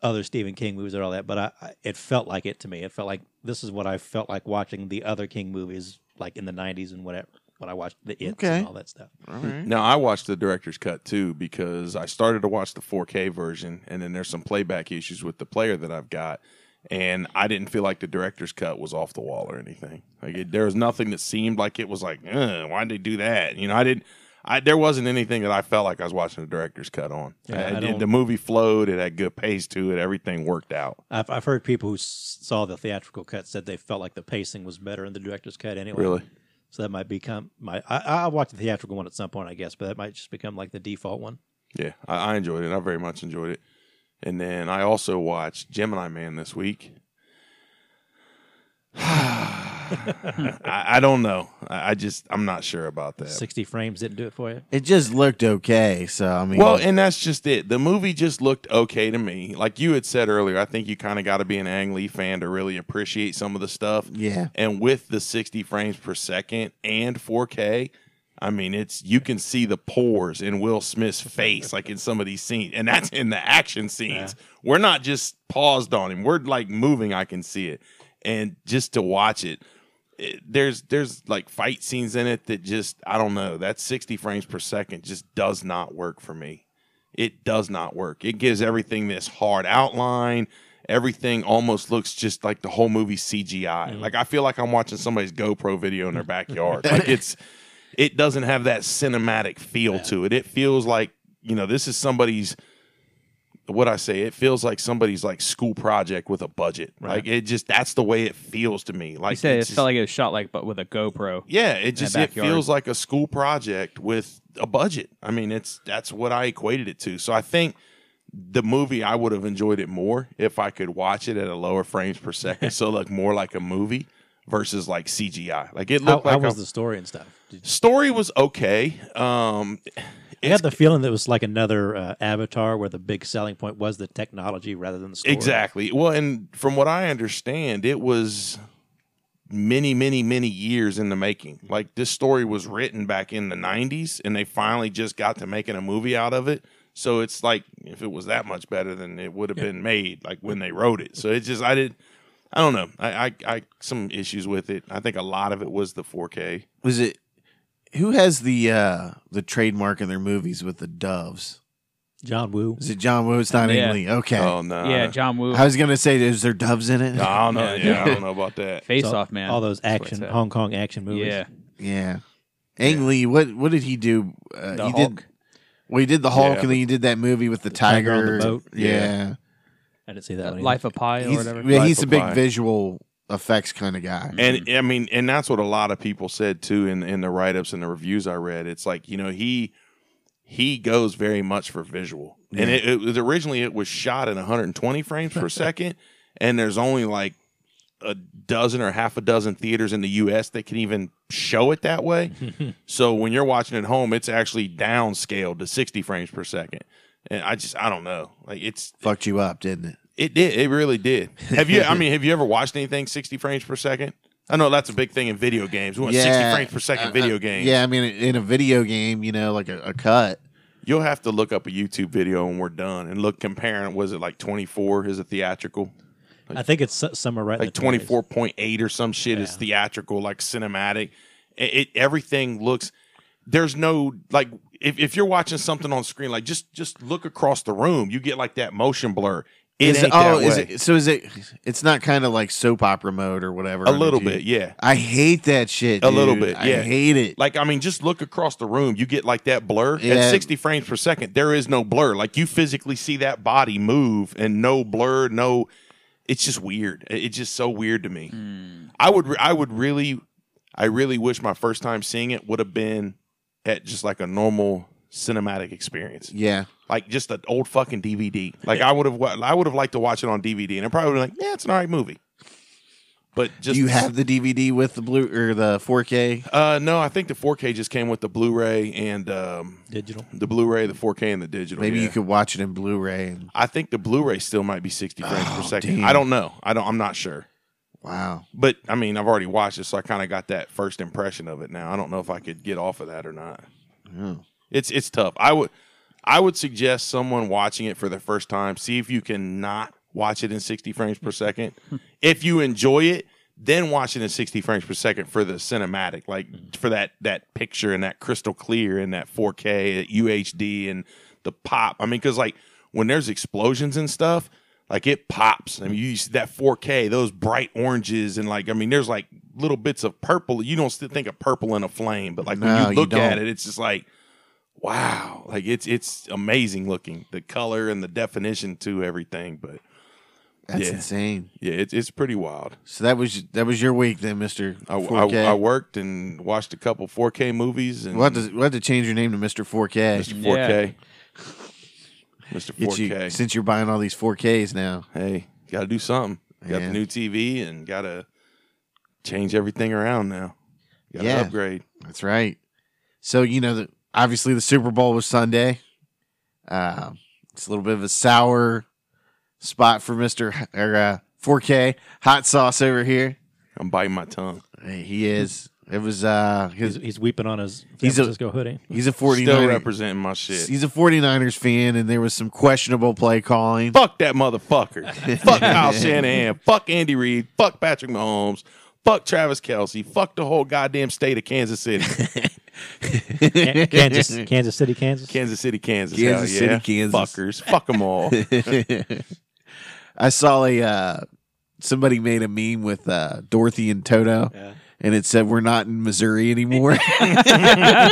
[SPEAKER 5] other Stephen King movies or all that, but I, I it felt like it to me. It felt like this is what I felt like watching the other King movies like in the 90s and whatever when I watched the It
[SPEAKER 2] Okay.
[SPEAKER 5] and all that stuff.
[SPEAKER 2] All right.
[SPEAKER 4] Now I watched the director's cut too because I started to watch the 4K version, and then there's some playback issues with the player that I've got, and I didn't feel like the director's cut was off the wall or anything. Like it, there was nothing that seemed like it was like, "Ugh, why'd they do that? You know, I didn't. I there wasn't anything that I felt like I was watching the director's cut on.
[SPEAKER 5] Yeah,
[SPEAKER 4] I- I
[SPEAKER 5] I
[SPEAKER 4] did,
[SPEAKER 5] don't-
[SPEAKER 4] the movie flowed. It had good pace to it. Everything worked out.
[SPEAKER 5] I've I've heard people who s- saw the theatrical cut said they felt like the pacing was better in the director's cut anyway.
[SPEAKER 4] Really.
[SPEAKER 5] So that might become my I I'll watch the theatrical one at some point, I guess, but that might just become like the default one.
[SPEAKER 4] Yeah, I, I enjoyed it. I very much enjoyed it. And then I also watched Gemini Man this week. *sighs* I, I don't know. I, I just I'm not sure about that.
[SPEAKER 5] 60 frames didn't do it for you.
[SPEAKER 2] It just looked okay. So I mean,
[SPEAKER 4] Well, and that's just it. The movie just looked okay to me. Like you had said earlier, I think you kind of got to be an Ang Lee fan to really appreciate some of the stuff.
[SPEAKER 2] yeah.
[SPEAKER 4] And with the 60 frames per second and 4K, I mean, it's you can see the pores in Will Smith's face, like in some of these scenes, and that's in the action scenes. We're not just paused on him; we're like moving. I can see it, and just to watch it, it- there's there's like fight scenes in it that just I don't know. That 60 frames per second just does not work for me. It does not work. It gives everything this hard outline. Everything almost looks just like the whole movie CGI.
[SPEAKER 3] Mm.
[SPEAKER 4] Like I feel like I'm watching somebody's GoPro video in
[SPEAKER 3] *laughs*
[SPEAKER 4] their backyard. like it's it doesn't have that cinematic feel to it. It feels like, you know, this is somebody's what I say, it feels like somebody's like school project with a budget. Like it just that's the way it feels to me. Like
[SPEAKER 3] you said it
[SPEAKER 4] it's just-
[SPEAKER 3] felt like it was shot like, but with a GoPro.
[SPEAKER 4] yeah, it just it
[SPEAKER 3] backyard.
[SPEAKER 4] feels like a school project with a budget. I mean, it's that's what I equated it to. So I think the movie I would have enjoyed it more if I could watch it at a lower frames per second, so like more like a movie versus like CGI. Like it
[SPEAKER 5] How,
[SPEAKER 4] looked
[SPEAKER 5] how
[SPEAKER 4] like
[SPEAKER 5] was
[SPEAKER 4] a,
[SPEAKER 5] the story and stuff? Did,
[SPEAKER 4] story was okay. Um,
[SPEAKER 5] I had the feeling that it was like another uh, Avatar where the big selling point was the technology rather than the story.
[SPEAKER 4] Exactly. Well, and from what I understand, it was many, many, many years in the making. Like this story was written back in the 90s, and they finally just got to making a movie out of it. So it's like if it was that much better, then it would have been made like when they wrote it. So it's just I did. I don't know. I, I I some issues with it. I think a lot of it was the 4K.
[SPEAKER 2] Was it? Who has the uh the trademark in their movies with the doves?
[SPEAKER 5] John Woo.
[SPEAKER 2] Is it John Woo? It's not
[SPEAKER 3] Yeah.
[SPEAKER 2] Ang Lee. Okay.
[SPEAKER 4] Oh no.
[SPEAKER 5] Uh,
[SPEAKER 3] yeah, John Woo.
[SPEAKER 2] I was gonna say, is there doves in it?
[SPEAKER 4] No, I don't know.
[SPEAKER 3] Yeah.
[SPEAKER 4] Yeah, I don't know about that.
[SPEAKER 3] Face
[SPEAKER 5] So,
[SPEAKER 3] Off, man.
[SPEAKER 5] All those
[SPEAKER 3] That's what it
[SPEAKER 5] action
[SPEAKER 3] said.
[SPEAKER 5] Hong Kong action movies.
[SPEAKER 3] Yeah,
[SPEAKER 2] *laughs* Yeah. Ang Lee, what what did he do? Uh,
[SPEAKER 3] the
[SPEAKER 2] he
[SPEAKER 3] Hulk.
[SPEAKER 2] did. Well, he did the Hulk,
[SPEAKER 4] Yeah.
[SPEAKER 2] and then he did that movie with the
[SPEAKER 5] Tiger
[SPEAKER 2] tiger.
[SPEAKER 5] on the boat.
[SPEAKER 2] Yeah,
[SPEAKER 5] I didn't see that one. either.
[SPEAKER 3] Life of Pi or
[SPEAKER 2] he's,
[SPEAKER 3] whatever.
[SPEAKER 2] yeah, he's
[SPEAKER 4] Life
[SPEAKER 2] a big
[SPEAKER 4] of Pi.
[SPEAKER 2] visual effects kind of guy.
[SPEAKER 4] And I mean, and that's what a lot of people said too in in the write ups and the reviews I read. It's like you know he he goes very much for visual. And it, it was originally it was shot in 120 frames per second, and there's only like a dozen or half a dozen theaters in the U.S. that can even show it that way. so when you're watching at home, it's actually downscaled to 60 frames per second. And I just I don't know, like it's
[SPEAKER 2] Fucked you up, didn't it?
[SPEAKER 4] it did. It really did. Have
[SPEAKER 2] *laughs*
[SPEAKER 4] you? I mean, have you ever watched anything sixty frames per second? I know that's a big thing in video games. We want sixty frames per second
[SPEAKER 2] uh,
[SPEAKER 4] video
[SPEAKER 2] uh,
[SPEAKER 4] games.
[SPEAKER 2] Yeah, I mean, in a video game, you know, like a, a cut.
[SPEAKER 4] you'll have to look up a YouTube video when we're done and look comparing. Was it like twenty four? Is a theatrical?
[SPEAKER 5] I think it's so- somewhere right in
[SPEAKER 4] like
[SPEAKER 5] the 20s.
[SPEAKER 4] twenty four point eight or some shit is theatrical, like cinematic. It, it everything looks. There's no like if, if you're watching something on screen, like just just look across the room, you get like that motion blur. It
[SPEAKER 2] Is
[SPEAKER 4] ain't
[SPEAKER 2] oh,
[SPEAKER 4] that
[SPEAKER 2] is
[SPEAKER 4] way.
[SPEAKER 2] it, so is it? It's not kind of like soap opera mode or whatever.
[SPEAKER 4] a
[SPEAKER 2] on the
[SPEAKER 4] little
[SPEAKER 2] G-
[SPEAKER 4] bit, yeah.
[SPEAKER 2] I hate that shit.
[SPEAKER 4] A little
[SPEAKER 2] dude.
[SPEAKER 4] bit, yeah.
[SPEAKER 2] I hate it.
[SPEAKER 4] Like, I mean, just look across the room. You get like that blur
[SPEAKER 2] Yeah.
[SPEAKER 4] at 60 frames per second. There is no blur. Like, you physically see that body move and no blur, no. It's just weird. It- It's just so weird to me.
[SPEAKER 2] Hmm.
[SPEAKER 4] I would, re- I would really, I really wish my first time seeing it would have been at just like a normal cinematic experience,
[SPEAKER 2] yeah,
[SPEAKER 4] like just an old fucking DVD. Like, I would have, wa- I would have liked to watch it on DVD, and I probably would have been like, yeah, it's an alright movie. But just
[SPEAKER 2] do you have the DVD with the blue or the 4K?
[SPEAKER 4] uh, no, I think the 4K just came with the Blu-ray and um,
[SPEAKER 5] digital.
[SPEAKER 4] the Blu-ray, the 4K, and the digital.
[SPEAKER 2] Maybe you
[SPEAKER 4] yeah.
[SPEAKER 2] could watch it in Blu-ray. And,
[SPEAKER 4] I think the Blu-ray still might be 60
[SPEAKER 2] Oh,
[SPEAKER 4] frames per second.
[SPEAKER 2] dude.
[SPEAKER 4] I don't know. I don't. I'm not sure.
[SPEAKER 2] wow,
[SPEAKER 4] But I mean, I've already watched it, so I kind of got that first impression of it. Now I don't know if I could get off of that or not. It's it's tough. I would I would suggest someone watching it for the first time. See if you can not watch it in 60 frames per second.
[SPEAKER 2] *laughs*
[SPEAKER 4] if you enjoy it, then watch it in 60 frames per second for the cinematic, like for that that picture and that crystal clear and that 4K, at UHD, and the pop. I mean, because like when there's explosions and stuff. Like it pops. I mean, you see that 4K, those bright oranges, and like, I mean, there's like little bits of purple. You don't still think of purple in a flame, but like
[SPEAKER 2] No,
[SPEAKER 4] when
[SPEAKER 2] you
[SPEAKER 4] you look at
[SPEAKER 2] don't.
[SPEAKER 4] it, it's just like, wow like it's it's amazing looking the color and the definition to everything but
[SPEAKER 2] that's
[SPEAKER 4] Yeah.
[SPEAKER 2] insane.
[SPEAKER 4] yeah it's, it's pretty wild
[SPEAKER 2] So that was that was your week then, Mister
[SPEAKER 4] I,
[SPEAKER 2] 4K.
[SPEAKER 4] I, I worked and watched a couple 4k movies and
[SPEAKER 2] we'll, have to, we'll have to change your name to Mister 4K.
[SPEAKER 4] mr 4k mr
[SPEAKER 2] Get you-
[SPEAKER 4] 4k
[SPEAKER 2] since you're buying all these 4Ks now.
[SPEAKER 4] hey gotta do something got
[SPEAKER 2] Yeah.
[SPEAKER 4] the new tv and gotta change everything around now gotta
[SPEAKER 2] Yeah.
[SPEAKER 4] upgrade
[SPEAKER 2] That's right. So you know, the, obviously the Super Bowl was Sunday. Uh, it's a little bit of a sour spot for Mister or uh, 4K hot sauce over here.
[SPEAKER 4] i'm biting my tongue
[SPEAKER 2] He is. It was uh,
[SPEAKER 5] He's,
[SPEAKER 2] his,
[SPEAKER 5] he's weeping on his San
[SPEAKER 2] He's a-
[SPEAKER 5] Francisco hoodie.
[SPEAKER 2] he's a
[SPEAKER 4] still
[SPEAKER 2] 49
[SPEAKER 4] representing my shit
[SPEAKER 2] He's a 49ers fan, and there was some questionable play calling.
[SPEAKER 4] Fuck that motherfucker.
[SPEAKER 2] *laughs*
[SPEAKER 4] fuck Kyle Shanahan. Fuck Andy Reid. Fuck Patrick Mahomes. Fuck Travis Kelsey. Fuck the whole goddamn state of Kansas
[SPEAKER 2] *laughs*
[SPEAKER 4] City.
[SPEAKER 3] *laughs*
[SPEAKER 5] Can- Kansas, Kansas City, Kansas.
[SPEAKER 4] Kansas City, Kansas.
[SPEAKER 2] Kansas
[SPEAKER 4] Hell yeah.
[SPEAKER 2] City, Kansas.
[SPEAKER 4] Fuckers. Fuck them
[SPEAKER 2] *laughs*
[SPEAKER 4] all.
[SPEAKER 2] I saw a uh, somebody made a meme with uh, Dorothy and Toto, and it said, "We're not in Missouri
[SPEAKER 4] *laughs*
[SPEAKER 2] anymore."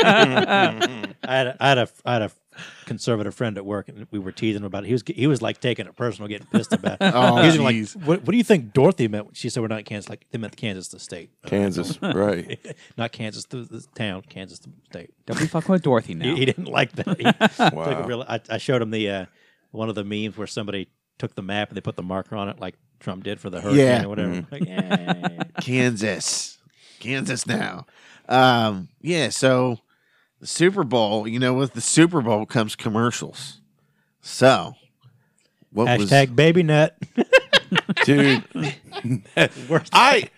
[SPEAKER 5] I had, a, I had a I had a conservative friend at work, and we were teasing him about it. He was he was like taking it personal, getting pissed about
[SPEAKER 3] *laughs*
[SPEAKER 5] it.
[SPEAKER 2] Oh,
[SPEAKER 5] he was like,
[SPEAKER 2] jeez.
[SPEAKER 5] what, "What do you think Dorothy meant?" when She said, "We're not in Kansas." Like they meant Kansas, the state,
[SPEAKER 4] Kansas.
[SPEAKER 2] *laughs*
[SPEAKER 4] Right.
[SPEAKER 5] not Kansas, the, the town, Kansas, the state.
[SPEAKER 3] Don't be fucking with Dorothy now.
[SPEAKER 5] He, he didn't like
[SPEAKER 3] *laughs*
[SPEAKER 5] that. He took
[SPEAKER 4] Wow.
[SPEAKER 5] a real- I, I showed him the uh, one of the memes where somebody took the map and they put the marker on it, like Trump did for the hurricane
[SPEAKER 2] Yeah.
[SPEAKER 5] or whatever. Like, eh.
[SPEAKER 2] Kansas. Kansas now. Um, yeah, so the Super Bowl, you know, with the Super Bowl comes commercials. So what
[SPEAKER 5] *laughs* Hashtag
[SPEAKER 2] was
[SPEAKER 5] baby nut.
[SPEAKER 2] *laughs*
[SPEAKER 4] Dude.
[SPEAKER 5] Worst
[SPEAKER 4] I.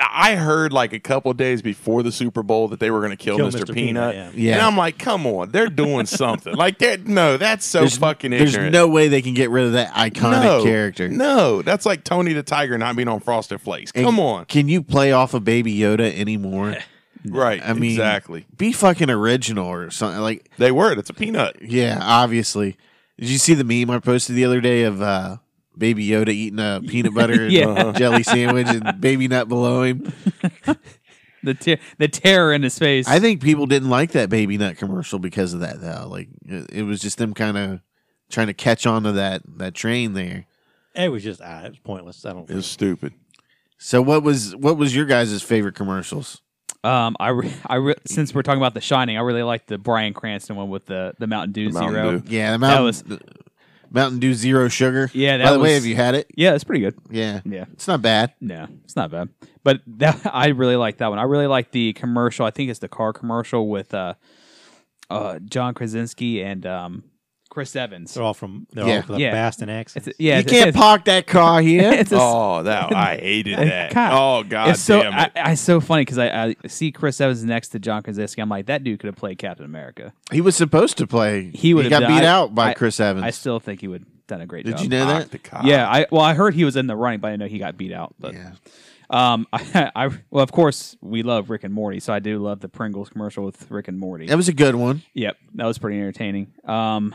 [SPEAKER 4] I heard like a couple days before the Super Bowl that they were going to kill,
[SPEAKER 5] Kill
[SPEAKER 4] Mr.
[SPEAKER 5] Mr. Peanut,
[SPEAKER 4] Peanut,
[SPEAKER 2] yeah.
[SPEAKER 4] and
[SPEAKER 2] Yeah.
[SPEAKER 4] I'm like, "Come on, they're doing something." like, they're, no, that's so fucking ignorant.
[SPEAKER 2] There's no way they can get rid of that iconic character.
[SPEAKER 4] No, that's like Tony the Tiger not being on Frosted Flakes.
[SPEAKER 2] And
[SPEAKER 4] Come on,
[SPEAKER 2] Can you play off of Baby Yoda
[SPEAKER 4] *laughs*
[SPEAKER 2] anymore?
[SPEAKER 4] right?
[SPEAKER 2] I mean
[SPEAKER 4] exactly.
[SPEAKER 2] Be fucking original or something like
[SPEAKER 4] They were. It's a peanut.
[SPEAKER 2] yeah, obviously. Did you see the meme I posted the other day of uh Baby Yoda eating a
[SPEAKER 3] *laughs*
[SPEAKER 2] peanut butter and
[SPEAKER 3] Yeah.
[SPEAKER 2] jelly sandwich
[SPEAKER 3] *laughs*
[SPEAKER 2] and baby nut below him?
[SPEAKER 3] The ter- the terror in his face.
[SPEAKER 2] I think people didn't like that baby nut commercial because of that though. Like it, it was just them kind of trying to catch on to that that train there.
[SPEAKER 5] It was just ah, it was pointless. I don't.
[SPEAKER 4] It's stupid.
[SPEAKER 2] So what was what was your guys' favorite commercials?
[SPEAKER 3] Um, I re- I re- since we're talking about The Shining, I really like the Brian Cranston one with the the Mountain Dew
[SPEAKER 4] The Mountain
[SPEAKER 3] Zero.
[SPEAKER 4] Dew.
[SPEAKER 2] Yeah, the Mountain,
[SPEAKER 3] was-
[SPEAKER 2] the Mountain Dew Zero Sugar.
[SPEAKER 3] Yeah, that
[SPEAKER 2] By the way,
[SPEAKER 3] was-
[SPEAKER 2] have you had it?
[SPEAKER 3] Yeah, it's pretty good.
[SPEAKER 2] Yeah.
[SPEAKER 3] Yeah.
[SPEAKER 2] It's not bad.
[SPEAKER 3] No, it's not bad. But that *laughs* I really like that one. I really like the commercial. I think it's the car commercial with uh, uh, John Krasinski and um, Chris Evans.
[SPEAKER 5] They're all from they're
[SPEAKER 2] Yeah.
[SPEAKER 5] all from the
[SPEAKER 3] Yeah.
[SPEAKER 5] Boston accent.
[SPEAKER 3] It's a- yeah,
[SPEAKER 2] you can't
[SPEAKER 3] it's,
[SPEAKER 2] park that car
[SPEAKER 3] *laughs*
[SPEAKER 2] here.
[SPEAKER 3] it's a,
[SPEAKER 4] oh, that I hated that.
[SPEAKER 3] God.
[SPEAKER 4] oh god
[SPEAKER 3] it's so
[SPEAKER 4] damn
[SPEAKER 3] I,
[SPEAKER 4] it.
[SPEAKER 3] I it's so funny because I, I see Chris Evans next to John Krasinski. I'm like that dude could have played Captain America.
[SPEAKER 2] he was supposed to play.
[SPEAKER 3] He would have
[SPEAKER 2] got
[SPEAKER 3] done-
[SPEAKER 2] beat
[SPEAKER 3] I-
[SPEAKER 2] out by
[SPEAKER 3] I-
[SPEAKER 2] Chris Evans.
[SPEAKER 3] I still think he would have done a great
[SPEAKER 2] Did
[SPEAKER 3] job.
[SPEAKER 2] you know
[SPEAKER 4] Knock
[SPEAKER 2] that?
[SPEAKER 4] the cop.
[SPEAKER 3] Yeah, I well I heard he was in the running, but I didn't know he got beat out. But
[SPEAKER 2] Yeah.
[SPEAKER 3] um, *laughs* I, I well of course we love Rick and Morty, so I do love the Pringles commercial with Rick and Morty.
[SPEAKER 2] That was a good one.
[SPEAKER 3] Yep, that was pretty entertaining. Um,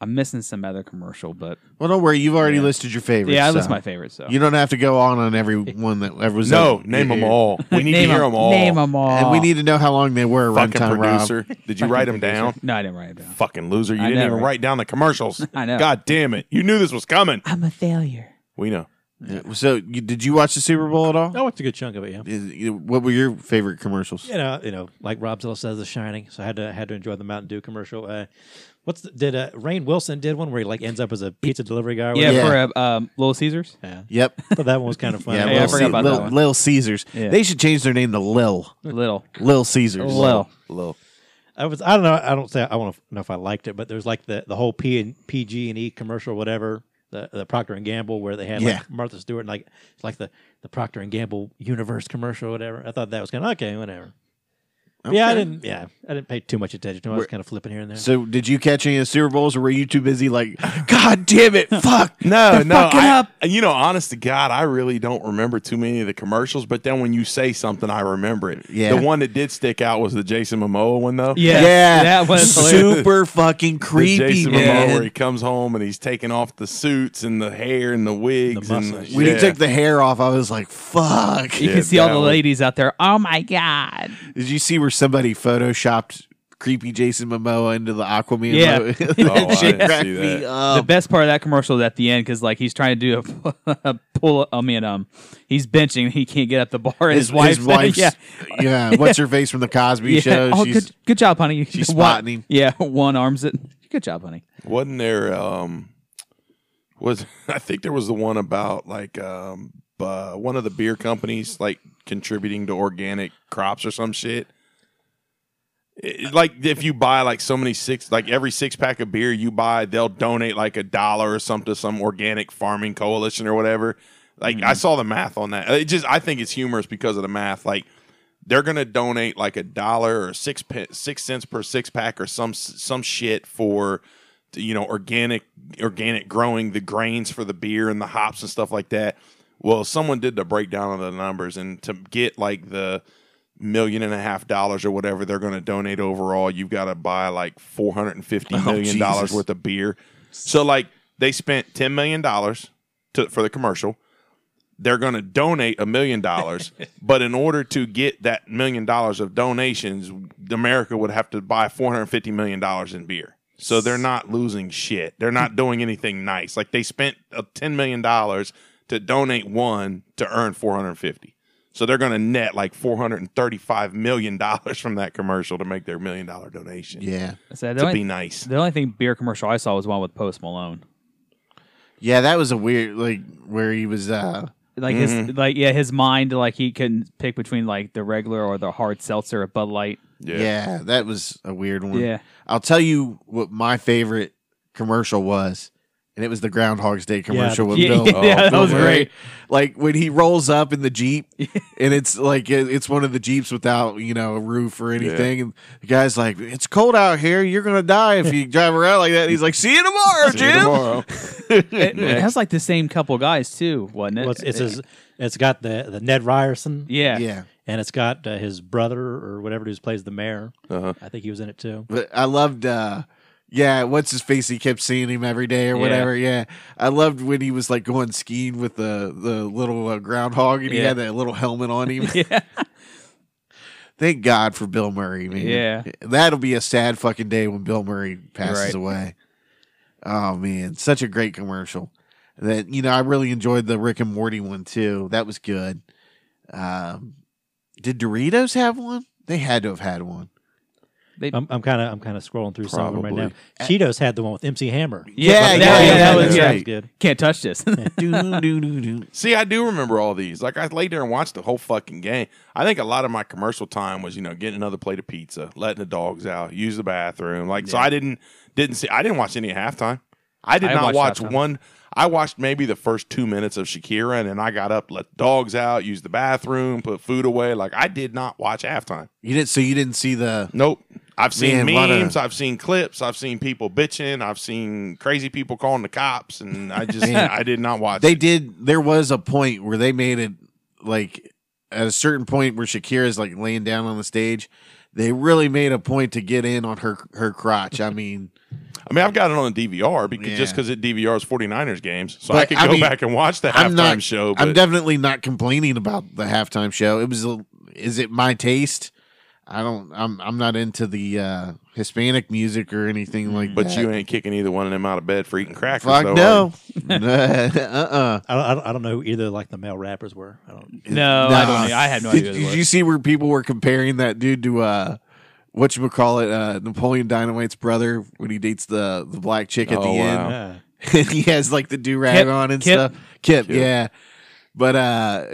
[SPEAKER 3] I'm missing some other commercial, but
[SPEAKER 2] Well, don't worry. You've already
[SPEAKER 3] Yeah.
[SPEAKER 2] listed your favorites.
[SPEAKER 3] yeah, that was
[SPEAKER 2] so
[SPEAKER 3] my favorite. So
[SPEAKER 2] You don't have to go on on
[SPEAKER 3] *laughs*
[SPEAKER 2] every one that ever was.
[SPEAKER 4] No,
[SPEAKER 2] up.
[SPEAKER 4] name
[SPEAKER 2] You're
[SPEAKER 4] them
[SPEAKER 2] here.
[SPEAKER 4] all. We need
[SPEAKER 3] name
[SPEAKER 4] to hear
[SPEAKER 3] 'em-
[SPEAKER 4] them all.
[SPEAKER 3] Name them all.
[SPEAKER 2] And we need to know how long they were.
[SPEAKER 4] Fucking
[SPEAKER 2] runtime, Rob.
[SPEAKER 4] producer. Did you write them down?
[SPEAKER 3] No, I didn't write it down.
[SPEAKER 4] Fucking loser. You
[SPEAKER 3] I
[SPEAKER 4] didn't
[SPEAKER 3] know,
[SPEAKER 4] even
[SPEAKER 3] right?
[SPEAKER 4] write down the commercials.
[SPEAKER 3] *laughs* I know.
[SPEAKER 4] God damn it. You knew this was coming.
[SPEAKER 3] I'm a failure.
[SPEAKER 4] We know.
[SPEAKER 2] Yeah, So, you, did you watch the Super Bowl at all?
[SPEAKER 5] Oh, it's a good chunk of it, yeah.
[SPEAKER 2] Is- you- what were your favorite commercials?
[SPEAKER 5] You know, you know, like Rob Zilla says, The Shining. So I had to had to enjoy the Mountain Dew commercial. Uh, what's the, did uh, Rain Wilson did one where he like ends up as a pizza delivery guy? or
[SPEAKER 3] Yeah,
[SPEAKER 5] whatever?
[SPEAKER 2] Yeah.
[SPEAKER 3] for uh, um, Little Caesars.
[SPEAKER 5] yeah.
[SPEAKER 2] Yep.
[SPEAKER 3] *laughs*
[SPEAKER 5] But that one was kind of funny.
[SPEAKER 2] Yeah,
[SPEAKER 3] I
[SPEAKER 2] Lil,
[SPEAKER 3] forgot
[SPEAKER 2] Ce-
[SPEAKER 3] about that
[SPEAKER 2] Lil,
[SPEAKER 3] one.
[SPEAKER 2] Lil Caesars.
[SPEAKER 3] Yeah.
[SPEAKER 2] They should change their name to Lil.
[SPEAKER 3] Little.
[SPEAKER 2] Lil Caesars.
[SPEAKER 3] Little.
[SPEAKER 4] Look.
[SPEAKER 5] I was I don't know I don't say I want to know if I liked it, but there's like the the whole P and PG and E commercial, whatever the the Procter and Gamble where they had
[SPEAKER 2] Yeah.
[SPEAKER 5] like Martha Stewart and like it's like the the Procter and Gamble universe commercial, whatever. I thought that was kind of okay, whatever. But Yeah, I
[SPEAKER 2] Okay.
[SPEAKER 5] didn't. Yeah, I didn't pay too much attention to. it. I was kind of flipping here and there.
[SPEAKER 2] So, did you catch any of the Super Bowls, or were you too busy?
[SPEAKER 3] *laughs*
[SPEAKER 2] Like, God damn it, fuck.
[SPEAKER 4] No,
[SPEAKER 2] They're
[SPEAKER 4] no.
[SPEAKER 2] fucking
[SPEAKER 4] I-
[SPEAKER 2] up.
[SPEAKER 4] You know, honest to God, I really don't remember too many of the commercials. But then when you say something, I remember it.
[SPEAKER 2] Yeah.
[SPEAKER 4] The one that did stick out was the Jason Momoa one, though.
[SPEAKER 3] Yeah, that was hilarious.
[SPEAKER 2] super fucking creepy.
[SPEAKER 4] The Jason
[SPEAKER 2] man.
[SPEAKER 4] Momoa where he comes home and he's taking off the suits and the hair and the wigs and
[SPEAKER 5] muscles.
[SPEAKER 2] When
[SPEAKER 4] yeah.
[SPEAKER 2] he took the hair off, I was like, fuck.
[SPEAKER 3] You
[SPEAKER 4] Yeah,
[SPEAKER 3] can see all
[SPEAKER 4] that
[SPEAKER 3] the
[SPEAKER 4] one.
[SPEAKER 3] ladies out there. Oh my god!
[SPEAKER 2] Did you see where somebody photoshopped creepy Jason Momoa into the Aquaman?
[SPEAKER 3] Yeah. *laughs*
[SPEAKER 2] logo? *laughs*
[SPEAKER 4] Oh, I
[SPEAKER 2] that shit
[SPEAKER 4] didn't
[SPEAKER 2] cracked
[SPEAKER 4] see
[SPEAKER 2] me
[SPEAKER 4] that.
[SPEAKER 3] the
[SPEAKER 2] up.
[SPEAKER 3] best part of that commercial is at the end because like he's trying to do a, *laughs* a pull. I mean, um, he's benching. He can't get up the bar. and His, wife, *laughs*
[SPEAKER 2] wife's-
[SPEAKER 3] yeah,
[SPEAKER 2] yeah, What's her face from the Cosby
[SPEAKER 3] yeah.
[SPEAKER 2] Show?
[SPEAKER 3] oh,
[SPEAKER 2] She's
[SPEAKER 3] good, good job, honey. You- *laughs*
[SPEAKER 2] she's
[SPEAKER 3] one-
[SPEAKER 2] spotting him.
[SPEAKER 3] Yeah, one arms it. Good job, honey.
[SPEAKER 4] Wasn't there um was *laughs* I think there was the one about like um uh, one of the beer companies like contributing to organic crops or some shit. It- like if you buy like so many six like every six pack of beer you buy, they'll donate like a dollar or something to some organic farming coalition or whatever. Like I saw the math on that. It just I think it's humorous because of the math. Like they're gonna donate like a dollar or six pe- six cents per six pack or some some shit for you know organic organic growing the grains for the beer and the hops and stuff like that. Well, someone did the breakdown of the numbers and to get like the million and a half dollars or whatever they're going to donate overall, you've got to buy like four hundred and fifty million dollars
[SPEAKER 2] Jesus.
[SPEAKER 4] worth of beer. So like they spent ten million dollars to for the commercial they're going to donate a million dollars, but in order to get that million dollars of donations, America would have to buy four hundred fifty million dollars in beer. So they're not losing shit. They're not doing anything nice. Like they spent uh, ten million dollars to donate one to earn four hundred fifty. So they're going to net like four hundred and thirty-five million dollars from that commercial to make their million dollar donation.
[SPEAKER 2] yeah.
[SPEAKER 3] So the,
[SPEAKER 4] to
[SPEAKER 3] only,
[SPEAKER 4] be nice.
[SPEAKER 3] the only thing beer commercial I saw was one with Post Malone.
[SPEAKER 2] Yeah, that was a weird, like, where he was, uh,
[SPEAKER 3] Like his, like yeah, his mind, like he couldn't pick between like the regular or the hard seltzer at Bud Light.
[SPEAKER 2] yeah. that was a weird one.
[SPEAKER 3] Yeah.
[SPEAKER 2] I'll tell you what my favorite commercial was, and it was the Groundhog's Day commercial with
[SPEAKER 3] *laughs* Yeah,
[SPEAKER 2] Bill.
[SPEAKER 3] yeah, yeah, that
[SPEAKER 2] Bill
[SPEAKER 3] was
[SPEAKER 2] Murray.
[SPEAKER 3] great.
[SPEAKER 2] Like when he rolls up in the
[SPEAKER 3] *laughs*
[SPEAKER 2] Jeep, and it's like it- it's one of the Jeeps without, you know, a roof or anything. And the guy's like, It's cold out here. You're going to die if
[SPEAKER 3] *laughs*
[SPEAKER 2] you drive around like that. And he's like, See you tomorrow,
[SPEAKER 4] See you
[SPEAKER 2] Jim.
[SPEAKER 4] tomorrow.
[SPEAKER 3] *laughs* It, it has like the same couple guys too, wasn't it?
[SPEAKER 5] Well, it's, it's his, it's got the the Ned Ryerson,
[SPEAKER 3] yeah.
[SPEAKER 2] *laughs* eh, Yeah.
[SPEAKER 5] and it's got uh, his brother or whatever who plays the mayor.
[SPEAKER 4] Uh-huh.
[SPEAKER 5] I think he was in it too.
[SPEAKER 2] But I loved uh yeah, what's his face? He kept seeing him every day or
[SPEAKER 3] Yeah.
[SPEAKER 2] whatever. Yeah. I loved when he was like going skiing with the the little uh, groundhog and he
[SPEAKER 3] Yeah.
[SPEAKER 2] had that little helmet on him.
[SPEAKER 3] *laughs* Yeah.
[SPEAKER 2] *laughs* Thank God for Bill Murray, man.
[SPEAKER 3] Yeah.
[SPEAKER 2] That'll be a sad fucking day when Bill Murray passes
[SPEAKER 3] Right.
[SPEAKER 2] away. Oh man, such a great commercial. That you know, I really enjoyed the Rick and Morty one too. That was good. Um Did Doritos have one? They had to have had one.
[SPEAKER 5] I'm I'm kind of I'm kind of scrolling through some of them right now.
[SPEAKER 2] Probably.
[SPEAKER 5] Cheetos had the one with MC Hammer.
[SPEAKER 2] Yeah, yeah,
[SPEAKER 3] but that,
[SPEAKER 2] yeah,
[SPEAKER 3] that
[SPEAKER 2] that's
[SPEAKER 3] was yeah.
[SPEAKER 2] right.
[SPEAKER 5] good.
[SPEAKER 3] Can't touch this. *laughs*
[SPEAKER 2] do, do, do, do.
[SPEAKER 4] See, I do remember all these. Like I laid there and watched the whole fucking game. I think a lot of my commercial time was, you know, getting another plate of pizza, letting the dogs out, use the bathroom. Like so I didn't didn't see I didn't watch any at halftime. I did
[SPEAKER 3] I
[SPEAKER 4] not
[SPEAKER 3] watched
[SPEAKER 4] watch
[SPEAKER 3] halftime.
[SPEAKER 4] one I watched maybe the first two minutes of Shakira and then I got up, let the dogs out, used the bathroom, put food away. Like I did not watch halftime.
[SPEAKER 2] You didn't. So you didn't see the.
[SPEAKER 4] Nope. I've seen
[SPEAKER 2] Man, what a-
[SPEAKER 4] memes, I've seen clips, I've seen people bitching, I've seen crazy people calling the cops, and I just I did not watch
[SPEAKER 2] They
[SPEAKER 4] it.
[SPEAKER 2] did. There was a point where they made it like at a certain point where Shakira's like laying down on the stage. They really made a point to get in on her her crotch. I mean,
[SPEAKER 4] I mean, I've got it on the DVR because just
[SPEAKER 2] Yeah.
[SPEAKER 4] because it DVRs 49ers games, so I
[SPEAKER 2] But,
[SPEAKER 4] could
[SPEAKER 2] I
[SPEAKER 4] go
[SPEAKER 2] mean,
[SPEAKER 4] back and watch the *laughs* halftime
[SPEAKER 2] I'm not.
[SPEAKER 4] show. But
[SPEAKER 2] I'm definitely not complaining about the halftime show. It was. A, is it my taste? I don't. I'm. I'm not into the uh Hispanic music or anything like
[SPEAKER 4] but
[SPEAKER 2] that.
[SPEAKER 4] you ain't kicking either one of them out of bed for eating crackers.
[SPEAKER 2] Fuck
[SPEAKER 4] though,
[SPEAKER 2] no.
[SPEAKER 4] are you?
[SPEAKER 2] uh *laughs* uh
[SPEAKER 5] I don't, I don't I don't know who either like the male rappers were. I don't.
[SPEAKER 3] no, I don't. Know. I had no
[SPEAKER 2] did,
[SPEAKER 3] idea.
[SPEAKER 2] Did
[SPEAKER 3] Did
[SPEAKER 2] you see where people were comparing that dude to uh what you call it, uh, Napoleon Dynamite's brother when he dates the the black chick at
[SPEAKER 4] Oh,
[SPEAKER 2] the
[SPEAKER 4] wow.
[SPEAKER 2] end? *laughs*
[SPEAKER 5] Uh,
[SPEAKER 2] and he has like the do rag
[SPEAKER 3] Kip,
[SPEAKER 2] on and
[SPEAKER 3] Kip.
[SPEAKER 2] stuff. Kip, yeah. But uh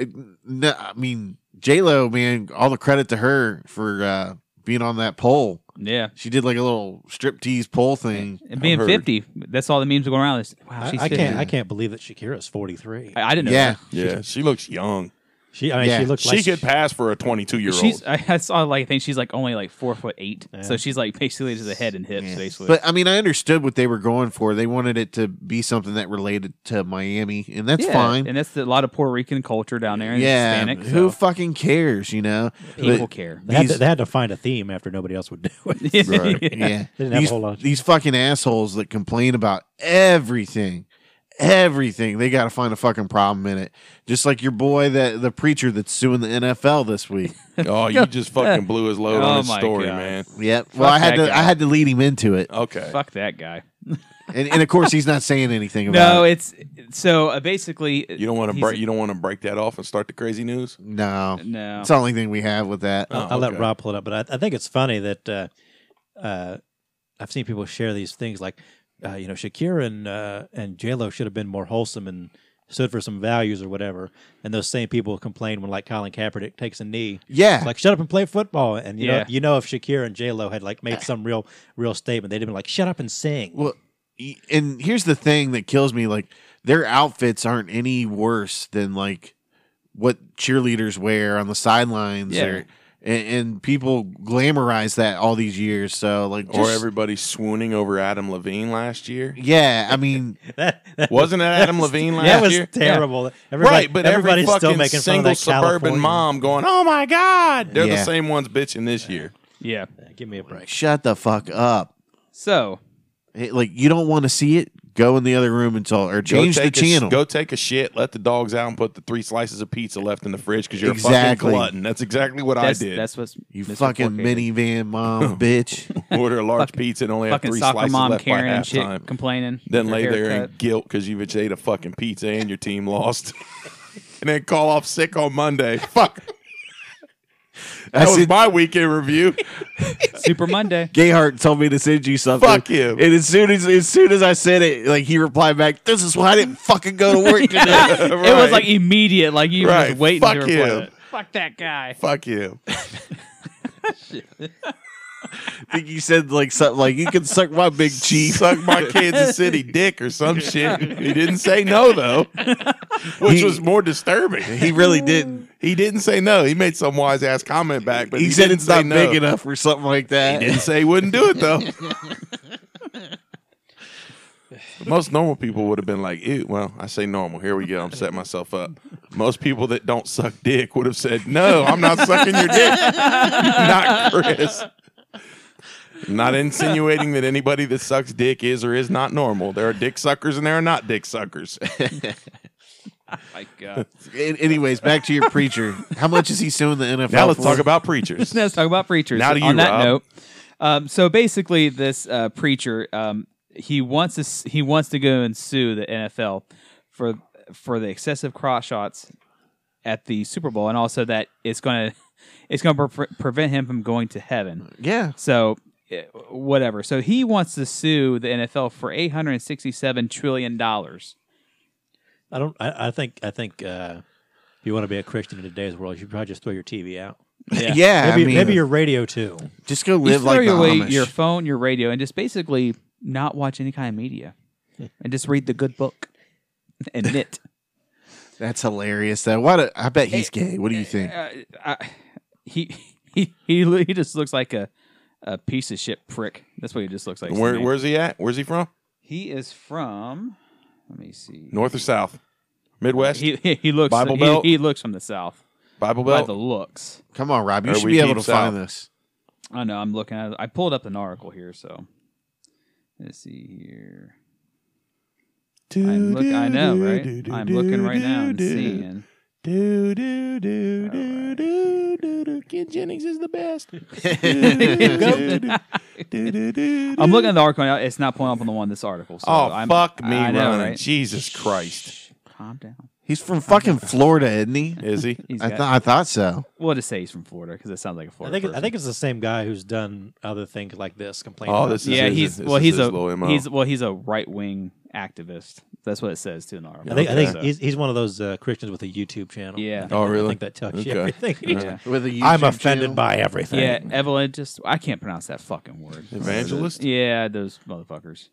[SPEAKER 2] no, I mean J Lo, man, all the credit to her for uh being on that pole.
[SPEAKER 3] yeah,
[SPEAKER 2] She did like a little striptease pole thing.
[SPEAKER 3] and being
[SPEAKER 4] heard.
[SPEAKER 3] fifty, that's all the memes going around. Is, wow,
[SPEAKER 5] I,
[SPEAKER 3] she's
[SPEAKER 5] I
[SPEAKER 3] 50.
[SPEAKER 5] can't I can't believe that Shakira's 43.
[SPEAKER 3] I, I didn't know.
[SPEAKER 2] Yeah.
[SPEAKER 4] Yeah, she looks young.
[SPEAKER 5] She I mean
[SPEAKER 2] Yeah.
[SPEAKER 5] she looks
[SPEAKER 4] She
[SPEAKER 5] like
[SPEAKER 4] could pass for a 22 year
[SPEAKER 3] that. she's.
[SPEAKER 4] old.
[SPEAKER 3] I, *laughs* I saw like I think she's like only like four foot eight,
[SPEAKER 5] Yeah.
[SPEAKER 3] so she's like basically just a head and hips, basically.
[SPEAKER 2] But I mean, I understood what they were going for. They wanted it to be something that related to Miami, and that's
[SPEAKER 3] Yeah,
[SPEAKER 2] fine.
[SPEAKER 3] and that's the- a lot of Puerto Rican culture down there. And
[SPEAKER 2] yeah,
[SPEAKER 3] Hispanic,
[SPEAKER 2] who
[SPEAKER 3] so
[SPEAKER 2] fucking cares, you know?
[SPEAKER 3] people
[SPEAKER 2] But- *laughs*
[SPEAKER 3] care. *laughs*
[SPEAKER 5] they had, to,
[SPEAKER 2] these-
[SPEAKER 5] they had to find a theme after nobody else would do it.
[SPEAKER 2] Yeah,
[SPEAKER 5] They didn't have a
[SPEAKER 2] these,
[SPEAKER 5] whole lot.
[SPEAKER 2] these fucking assholes that complain about everything, everything, they got to find a fucking problem in it. Just like your boy, that the preacher that's suing the NFL this week.
[SPEAKER 4] oh, you just fucking blew his load
[SPEAKER 3] Oh
[SPEAKER 4] on his
[SPEAKER 3] my
[SPEAKER 4] story,
[SPEAKER 3] God.
[SPEAKER 4] man.
[SPEAKER 2] yep. Well, I had
[SPEAKER 3] that
[SPEAKER 2] to,
[SPEAKER 3] guy.
[SPEAKER 2] I had to lead him into it,
[SPEAKER 4] Okay.
[SPEAKER 3] Fuck that guy.
[SPEAKER 2] and, and of course, he's not saying anything about
[SPEAKER 3] *laughs* No,
[SPEAKER 2] it.
[SPEAKER 3] it's so uh, basically
[SPEAKER 4] You don't want to
[SPEAKER 3] he's-
[SPEAKER 4] break. You don't want to break that off and start the crazy news.
[SPEAKER 2] No,
[SPEAKER 3] No,
[SPEAKER 2] it's the only thing we have with that.
[SPEAKER 4] *laughs* Oh,
[SPEAKER 5] I'll, I'll
[SPEAKER 4] okay.
[SPEAKER 5] let Rob pull it up, but I, I think it's funny that uh, uh, I've seen people share these things like, uh, you know, Shakira and uh, and J Lo should have been more wholesome and stood for some values or whatever. And those same people complain when like Colin Kaepernick takes a knee,
[SPEAKER 2] yeah,
[SPEAKER 5] It's like shut up and play football. And you know,
[SPEAKER 3] Yeah.
[SPEAKER 5] you know, if Shakira and J Lo had like made some real real statement, they'd have been like, shut up and sing.
[SPEAKER 2] Well, y- and here's the thing that kills me: like their outfits aren't any worse than like what cheerleaders wear on the sidelines,
[SPEAKER 3] Yeah.
[SPEAKER 2] or, and, and people glamorize that all these years. So like,
[SPEAKER 4] or
[SPEAKER 2] just-
[SPEAKER 4] everybody swooning over Adam Levine
[SPEAKER 2] *laughs*
[SPEAKER 4] last year.
[SPEAKER 2] yeah, I mean,
[SPEAKER 5] that, that,
[SPEAKER 4] Wasn't that Adam Levine last
[SPEAKER 5] that was
[SPEAKER 4] year?
[SPEAKER 5] terrible. Everybody,
[SPEAKER 4] Right, but every
[SPEAKER 5] everybody's
[SPEAKER 4] fucking
[SPEAKER 5] still making fun of
[SPEAKER 4] single
[SPEAKER 5] that
[SPEAKER 4] suburban
[SPEAKER 5] California-
[SPEAKER 4] mom going, "Oh my god!" They're the
[SPEAKER 2] Yeah.
[SPEAKER 4] same ones bitching this year.
[SPEAKER 3] yeah.
[SPEAKER 5] Yeah, Give me a break.
[SPEAKER 2] shut the fuck up.
[SPEAKER 3] So
[SPEAKER 2] It- like you don't want to see it. Go in the other room until or change
[SPEAKER 4] go
[SPEAKER 2] the
[SPEAKER 4] take a sh-
[SPEAKER 2] channel.
[SPEAKER 4] go take a shit. Let the dogs out and put the three slices of pizza left in the fridge because you're a fucking
[SPEAKER 2] Exactly.
[SPEAKER 4] glutton. That's exactly what
[SPEAKER 3] that's
[SPEAKER 4] I did.
[SPEAKER 3] that's what's
[SPEAKER 2] you
[SPEAKER 3] Mr.
[SPEAKER 2] fucking
[SPEAKER 3] 4K did.
[SPEAKER 2] minivan
[SPEAKER 4] *laughs*
[SPEAKER 2] mom, bitch.
[SPEAKER 4] Order a large pizza and only have
[SPEAKER 3] fucking
[SPEAKER 4] three
[SPEAKER 3] soccer
[SPEAKER 4] slices
[SPEAKER 3] mom
[SPEAKER 4] left by
[SPEAKER 3] Karen and shit
[SPEAKER 4] halftime.
[SPEAKER 3] complaining.
[SPEAKER 4] *laughs* Then
[SPEAKER 3] Her
[SPEAKER 4] lay there in
[SPEAKER 3] haircut.
[SPEAKER 4] guilt because you've just ate a fucking pizza and your team lost. *laughs* and then call off sick on Monday. *laughs* Fuck. That
[SPEAKER 2] I
[SPEAKER 4] was
[SPEAKER 2] said,
[SPEAKER 4] my weekend review.
[SPEAKER 3] Super
[SPEAKER 4] *laughs*
[SPEAKER 3] Monday.
[SPEAKER 2] Gayhart told me to send you something.
[SPEAKER 4] Fuck you.
[SPEAKER 2] And as soon as as soon as I said it, like he replied back, "This is why I didn't fucking go to
[SPEAKER 4] *laughs*
[SPEAKER 2] work today."
[SPEAKER 3] *laughs* It was like immediate, like you were
[SPEAKER 4] Right.
[SPEAKER 3] just waiting
[SPEAKER 4] Fuck
[SPEAKER 3] to reply.
[SPEAKER 4] him.
[SPEAKER 3] to it. Fuck that guy.
[SPEAKER 4] *laughs* Fuck you.
[SPEAKER 2] think you said like something like you can suck my big cheek.
[SPEAKER 4] suck my Kansas City dick or some shit. He didn't say no though, which
[SPEAKER 2] He-
[SPEAKER 4] was more disturbing.
[SPEAKER 2] He really didn't.
[SPEAKER 4] He didn't say no. He made some wise ass comment back, but
[SPEAKER 2] he,
[SPEAKER 4] he,
[SPEAKER 2] said
[SPEAKER 4] didn't
[SPEAKER 2] it's
[SPEAKER 4] say
[SPEAKER 2] not
[SPEAKER 4] no.
[SPEAKER 2] big enough or something like
[SPEAKER 4] He
[SPEAKER 2] that.
[SPEAKER 4] didn't say he wouldn't do it though. *laughs* Most normal people would have been like, "Ew." Well, I say normal. Here we go. I'm setting myself up. Most people that don't suck dick would have said, "No, I'm not sucking your dick." *laughs* not Chris. Not insinuating that anybody that sucks dick is or is not normal. There are dick suckers and there are not dick suckers.
[SPEAKER 3] *laughs*
[SPEAKER 4] *laughs*
[SPEAKER 3] My God.
[SPEAKER 2] *laughs* An- Anyways, back to your preacher. How much is he suing the NFL?
[SPEAKER 4] Now let's
[SPEAKER 2] for?
[SPEAKER 4] talk about preachers.
[SPEAKER 3] Let's talk about preachers.
[SPEAKER 4] Now to you,
[SPEAKER 3] On that
[SPEAKER 4] Rob.
[SPEAKER 3] note, um, so basically, this uh, preacher um, he wants to s- he wants to go and sue the NFL for for the excessive cross shots at the Super Bowl, and also that it's going to it's going to pre- prevent him from going to heaven.
[SPEAKER 2] Yeah.
[SPEAKER 3] So eh, whatever. So he wants to sue the NFL for 867 trillion dollars.
[SPEAKER 5] I don't. I, I think. I think uh, if you want to be a Christian in today's world, you should probably just throw your TV
[SPEAKER 4] *laughs*
[SPEAKER 5] out.
[SPEAKER 2] Yeah. I
[SPEAKER 5] Maybe,
[SPEAKER 2] mean,
[SPEAKER 4] uh,
[SPEAKER 5] maybe your radio too.
[SPEAKER 2] just go
[SPEAKER 3] You
[SPEAKER 2] live
[SPEAKER 3] throw
[SPEAKER 2] like the
[SPEAKER 3] your, way-
[SPEAKER 2] Amish.
[SPEAKER 3] your phone, your radio, and just basically not watch any kind of media, and just read the good book *laughs* and knit.
[SPEAKER 2] That's hilarious, though. What? A, I bet he's gay. What do you think?
[SPEAKER 3] uh, I, he he he lo- he just looks like a a piece of shit prick. That's what he just looks like. to
[SPEAKER 4] Where,
[SPEAKER 3] me.
[SPEAKER 4] where's he at? Where's he from?
[SPEAKER 3] he is from? Let me see.
[SPEAKER 4] North or South? Midwest?
[SPEAKER 3] He he he looks
[SPEAKER 4] Bible
[SPEAKER 3] he,
[SPEAKER 4] Belt?
[SPEAKER 3] he looks from the south
[SPEAKER 4] Bible
[SPEAKER 3] by
[SPEAKER 4] Belt?
[SPEAKER 3] the looks.
[SPEAKER 2] Come on, Rob. You
[SPEAKER 4] Or
[SPEAKER 2] should
[SPEAKER 4] we
[SPEAKER 2] be able to
[SPEAKER 4] keep
[SPEAKER 2] find
[SPEAKER 4] south.
[SPEAKER 2] this.
[SPEAKER 3] I know. I'm looking at. it. I pulled up an article here, so let's see here. I'm look. I know, right? I'm looking right now and seeing. *laughs*
[SPEAKER 4] Do, do, do, do, do, do, do. Ken Jennings is the best.
[SPEAKER 3] I'm looking at the article. Now. It's not pulling up on the one this article. So
[SPEAKER 4] Oh,
[SPEAKER 3] I'm,
[SPEAKER 4] fuck me,
[SPEAKER 3] I know,
[SPEAKER 4] running.
[SPEAKER 3] right?
[SPEAKER 4] Jesus Christ.
[SPEAKER 3] Calm down.
[SPEAKER 2] He's from fucking Florida, isn't he?
[SPEAKER 4] Is he?
[SPEAKER 3] *laughs* He's
[SPEAKER 2] I
[SPEAKER 3] got-
[SPEAKER 2] thought. I thought so.
[SPEAKER 3] We'll just say he's from Florida because it sounds like a
[SPEAKER 5] I
[SPEAKER 3] Florida.
[SPEAKER 5] think. I
[SPEAKER 3] person.
[SPEAKER 5] think it's the same guy who's done other things like this, complaining.
[SPEAKER 4] Oh,
[SPEAKER 5] about
[SPEAKER 4] this is
[SPEAKER 3] yeah,
[SPEAKER 4] his-
[SPEAKER 3] he's
[SPEAKER 4] this
[SPEAKER 3] well,
[SPEAKER 4] is
[SPEAKER 3] he's
[SPEAKER 4] his
[SPEAKER 3] a
[SPEAKER 4] little MO.
[SPEAKER 3] he's well, he's a right wing activist. That's what it says too in the article.
[SPEAKER 5] I think, I think
[SPEAKER 3] So-
[SPEAKER 5] he's, he's one of those uh, Christians with a YouTube channel.
[SPEAKER 3] Yeah.
[SPEAKER 5] I think
[SPEAKER 4] Oh,
[SPEAKER 5] that-
[SPEAKER 4] really?
[SPEAKER 5] I think that tells you
[SPEAKER 4] Okay.
[SPEAKER 5] everything.
[SPEAKER 4] *laughs*
[SPEAKER 3] yeah.
[SPEAKER 2] With a
[SPEAKER 5] I'm
[SPEAKER 2] YouTube
[SPEAKER 5] offended
[SPEAKER 2] channel.
[SPEAKER 5] by everything.
[SPEAKER 3] yeah, Evelyn. Just I can't pronounce that fucking word.
[SPEAKER 4] Evangelist?
[SPEAKER 3] Yeah, those motherfuckers.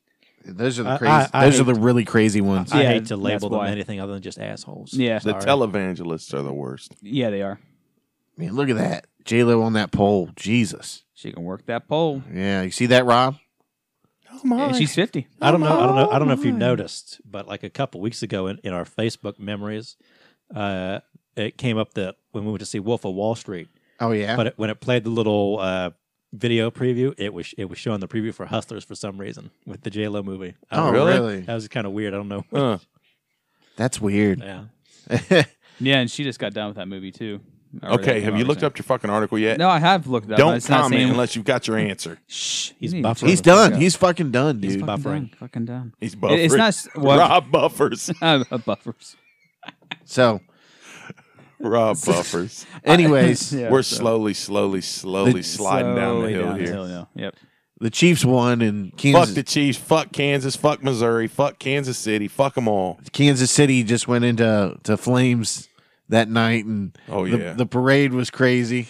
[SPEAKER 2] Those are
[SPEAKER 5] I-
[SPEAKER 2] the
[SPEAKER 5] I-
[SPEAKER 2] crazy.
[SPEAKER 5] I
[SPEAKER 2] those are
[SPEAKER 5] hate-
[SPEAKER 2] the really crazy ones.
[SPEAKER 5] I
[SPEAKER 3] Yeah,
[SPEAKER 5] hate to label
[SPEAKER 3] that's
[SPEAKER 5] them
[SPEAKER 3] why.
[SPEAKER 5] anything other than just assholes.
[SPEAKER 3] Yeah.
[SPEAKER 4] The
[SPEAKER 5] Sorry.
[SPEAKER 4] televangelists are the worst.
[SPEAKER 3] Yeah, they are.
[SPEAKER 2] Man, look at that. J Lo on that pole. Jesus.
[SPEAKER 3] She can work that pole,
[SPEAKER 2] Yeah, you see that, Rob?
[SPEAKER 4] Oh,
[SPEAKER 3] and she's fifty.
[SPEAKER 5] I don't know. I don't know. I don't know if you noticed, but like a couple weeks ago in, in our Facebook memories, uh, it came up that when we went to see Wolf of Wall Street,
[SPEAKER 2] Oh yeah.
[SPEAKER 5] but it, when it played the little uh, video preview, it was it was showing the preview for Hustlers for some reason with the J Lo movie. I
[SPEAKER 2] oh
[SPEAKER 5] don't know.
[SPEAKER 4] really?
[SPEAKER 2] really?
[SPEAKER 5] That was kind of weird. I don't know.
[SPEAKER 4] Huh.
[SPEAKER 2] That's
[SPEAKER 4] *laughs*
[SPEAKER 2] weird.
[SPEAKER 5] Yeah.
[SPEAKER 3] Yeah, and she just got done with that movie too. I read
[SPEAKER 4] Okay,
[SPEAKER 3] that
[SPEAKER 4] have you looked
[SPEAKER 3] conversation.
[SPEAKER 4] up your fucking article yet?
[SPEAKER 3] No, I have looked it up.
[SPEAKER 4] Don't
[SPEAKER 3] it's not
[SPEAKER 4] comment
[SPEAKER 3] saying-
[SPEAKER 4] unless you've got your answer.
[SPEAKER 3] Shh,
[SPEAKER 5] He's
[SPEAKER 3] you need to
[SPEAKER 2] *laughs*
[SPEAKER 5] buffering.
[SPEAKER 2] He's
[SPEAKER 5] Shut the fuck
[SPEAKER 2] done.
[SPEAKER 5] up.
[SPEAKER 2] He's fucking done,
[SPEAKER 3] He's
[SPEAKER 2] dude.
[SPEAKER 3] fucking
[SPEAKER 5] buffering.
[SPEAKER 3] done. Fucking done.
[SPEAKER 4] He's buffering.
[SPEAKER 3] It- It's not s- well, *laughs*
[SPEAKER 4] Rob buffers.
[SPEAKER 3] uh, buffers.
[SPEAKER 2] So,
[SPEAKER 4] Rob buffers. *laughs*
[SPEAKER 2] anyways,
[SPEAKER 3] Yeah,
[SPEAKER 4] We're
[SPEAKER 3] so-
[SPEAKER 4] slowly, slowly, slowly
[SPEAKER 2] The-
[SPEAKER 4] sliding down the
[SPEAKER 3] slowly
[SPEAKER 4] hill
[SPEAKER 3] down
[SPEAKER 4] here.
[SPEAKER 3] now. Yep.
[SPEAKER 2] the Chiefs won, and
[SPEAKER 4] Fuck
[SPEAKER 2] Kansas,
[SPEAKER 4] the Chiefs. Fuck Kansas. Fuck Missouri. Fuck Kansas City. Fuck them all.
[SPEAKER 2] Kansas City just went into to flames that night, and
[SPEAKER 4] Oh,
[SPEAKER 2] the,
[SPEAKER 4] yeah.
[SPEAKER 2] the parade was crazy.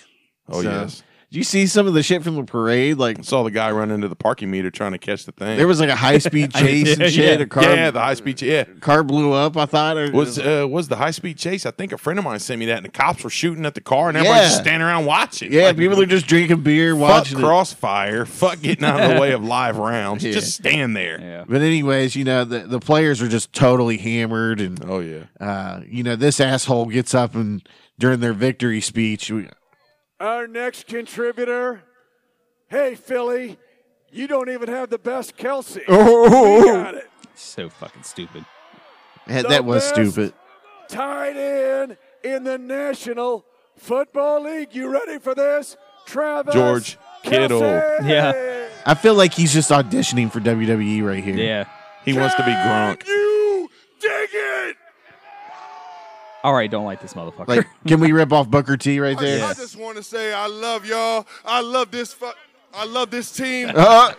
[SPEAKER 4] Oh
[SPEAKER 2] So-
[SPEAKER 4] yes.
[SPEAKER 2] Did you see some of the shit from the parade?
[SPEAKER 4] *laughs*
[SPEAKER 2] Like
[SPEAKER 4] I saw the guy run into the parking meter trying to catch the thing.
[SPEAKER 2] there was like a high
[SPEAKER 4] *laughs*
[SPEAKER 2] speed chase and shit. A car,
[SPEAKER 4] yeah, the high speed. Yeah,
[SPEAKER 2] car blew up. I thought. Or,
[SPEAKER 4] was uh, was the high speed chase? I think a friend of mine sent me that, and the cops were shooting at the car, and everybody's
[SPEAKER 2] Yeah.
[SPEAKER 4] just standing around watching.
[SPEAKER 2] yeah,
[SPEAKER 4] Like,
[SPEAKER 2] people are just drinking beer,
[SPEAKER 4] fuck
[SPEAKER 2] watching. it.
[SPEAKER 4] crossfire. Fuck getting out of the way of live
[SPEAKER 2] *laughs*
[SPEAKER 4] rounds.
[SPEAKER 2] Yeah.
[SPEAKER 4] Just stand there.
[SPEAKER 3] Yeah.
[SPEAKER 2] But anyways, you know the the players are just totally hammered, and
[SPEAKER 4] Oh yeah.
[SPEAKER 2] uh, you know this asshole gets up and during their victory speech. We,
[SPEAKER 6] Our next contributor. Hey, Philly, you don't even have the best Kelsey.
[SPEAKER 2] Oh.
[SPEAKER 6] We got it.
[SPEAKER 3] So fucking stupid.
[SPEAKER 2] that that was
[SPEAKER 6] best
[SPEAKER 2] stupid.
[SPEAKER 6] Tied in in the National Football League. You ready for this? Travis
[SPEAKER 4] George Kittle.
[SPEAKER 6] Kelce.
[SPEAKER 3] Yeah.
[SPEAKER 2] I feel like he's just auditioning for WWE right here.
[SPEAKER 3] Yeah.
[SPEAKER 4] He wants to be
[SPEAKER 6] Can
[SPEAKER 4] Gronk.
[SPEAKER 6] You dig it.
[SPEAKER 3] All right, don't like this motherfucker.
[SPEAKER 2] Like, can we rip off Booker T right there?
[SPEAKER 7] I just want to say I love y'all. I love this fu- I love this team.
[SPEAKER 2] Uh,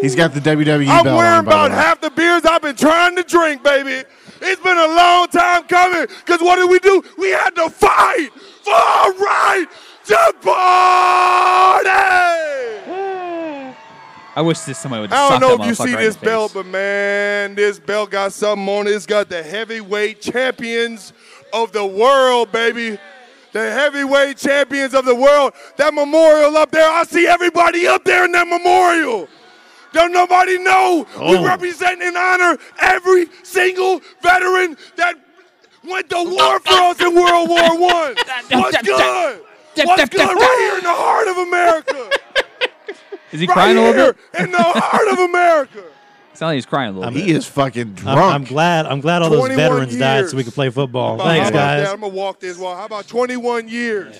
[SPEAKER 2] He's got the WWE
[SPEAKER 7] I'm
[SPEAKER 2] belt.
[SPEAKER 7] wearing
[SPEAKER 2] on, by
[SPEAKER 7] about
[SPEAKER 2] the way.
[SPEAKER 7] half the beers I've been trying to drink, baby. It's been a long time coming. Cause what did we do? We had to fight for our right to party.
[SPEAKER 3] *laughs* I wish this somebody would.
[SPEAKER 7] I
[SPEAKER 3] sock
[SPEAKER 7] don't know
[SPEAKER 3] that
[SPEAKER 7] if you
[SPEAKER 3] motherfucker
[SPEAKER 7] see
[SPEAKER 3] right in
[SPEAKER 7] this
[SPEAKER 3] the face.
[SPEAKER 7] belt, but man, this belt got something on it. It's got the heavyweight champions of the world, baby. The heavyweight champions of the world. That memorial up there, I see everybody up there in that memorial. Don't nobody know.
[SPEAKER 3] Oh.
[SPEAKER 7] We represent and honor every single veteran that went to war for us in World War One. What's good? What's good right here in the heart of
[SPEAKER 3] *laughs*
[SPEAKER 7] America?
[SPEAKER 3] Is he
[SPEAKER 7] Right
[SPEAKER 3] crying a little
[SPEAKER 7] here
[SPEAKER 3] bit?
[SPEAKER 7] in the heart of America.
[SPEAKER 3] Sounds like he's crying a little bit.
[SPEAKER 2] he is fucking
[SPEAKER 5] I'm,
[SPEAKER 2] drunk.
[SPEAKER 5] I'm glad. I'm glad all those
[SPEAKER 7] 21
[SPEAKER 5] veterans died
[SPEAKER 7] years.
[SPEAKER 5] so we could play football.
[SPEAKER 7] About-
[SPEAKER 5] Thanks,
[SPEAKER 7] how about
[SPEAKER 5] guys.
[SPEAKER 7] That? I'm gonna walk this walk. How about 21 years?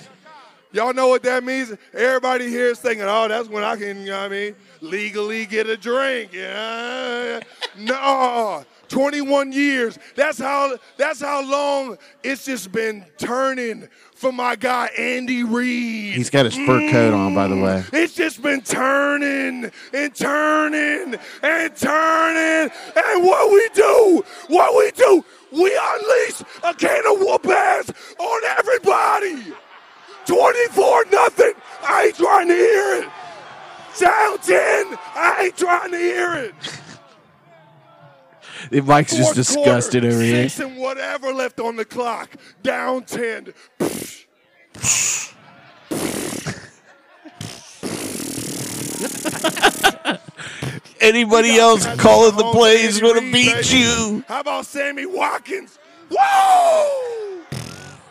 [SPEAKER 7] Y'all know what that means? Everybody here is thinking, oh, that's when I can, you know what I mean, legally get a drink. Yeah. no, 21 years. That's how that's how long it's just been turning for my guy Andy Reid.
[SPEAKER 2] He's got his fur coat on, by the
[SPEAKER 7] *laughs*
[SPEAKER 2] way.
[SPEAKER 7] It's just been turning and turning and turning. And what we do, what we do, we unleash a can of whoop ass on everybody. 24 nothing. I ain't trying to hear it. Down 10. I ain't trying to hear it.
[SPEAKER 2] Mike's just
[SPEAKER 7] Fourth
[SPEAKER 2] disgusted
[SPEAKER 7] quarter,
[SPEAKER 2] over here.
[SPEAKER 7] Six and whatever left on the clock. Down 10.
[SPEAKER 2] Anybody else calling the
[SPEAKER 7] Mahomes,
[SPEAKER 2] plays
[SPEAKER 7] Andy
[SPEAKER 2] going to
[SPEAKER 7] Reid,
[SPEAKER 2] beat
[SPEAKER 7] baby.
[SPEAKER 2] you?
[SPEAKER 7] How about Sammy Watkins? Whoa!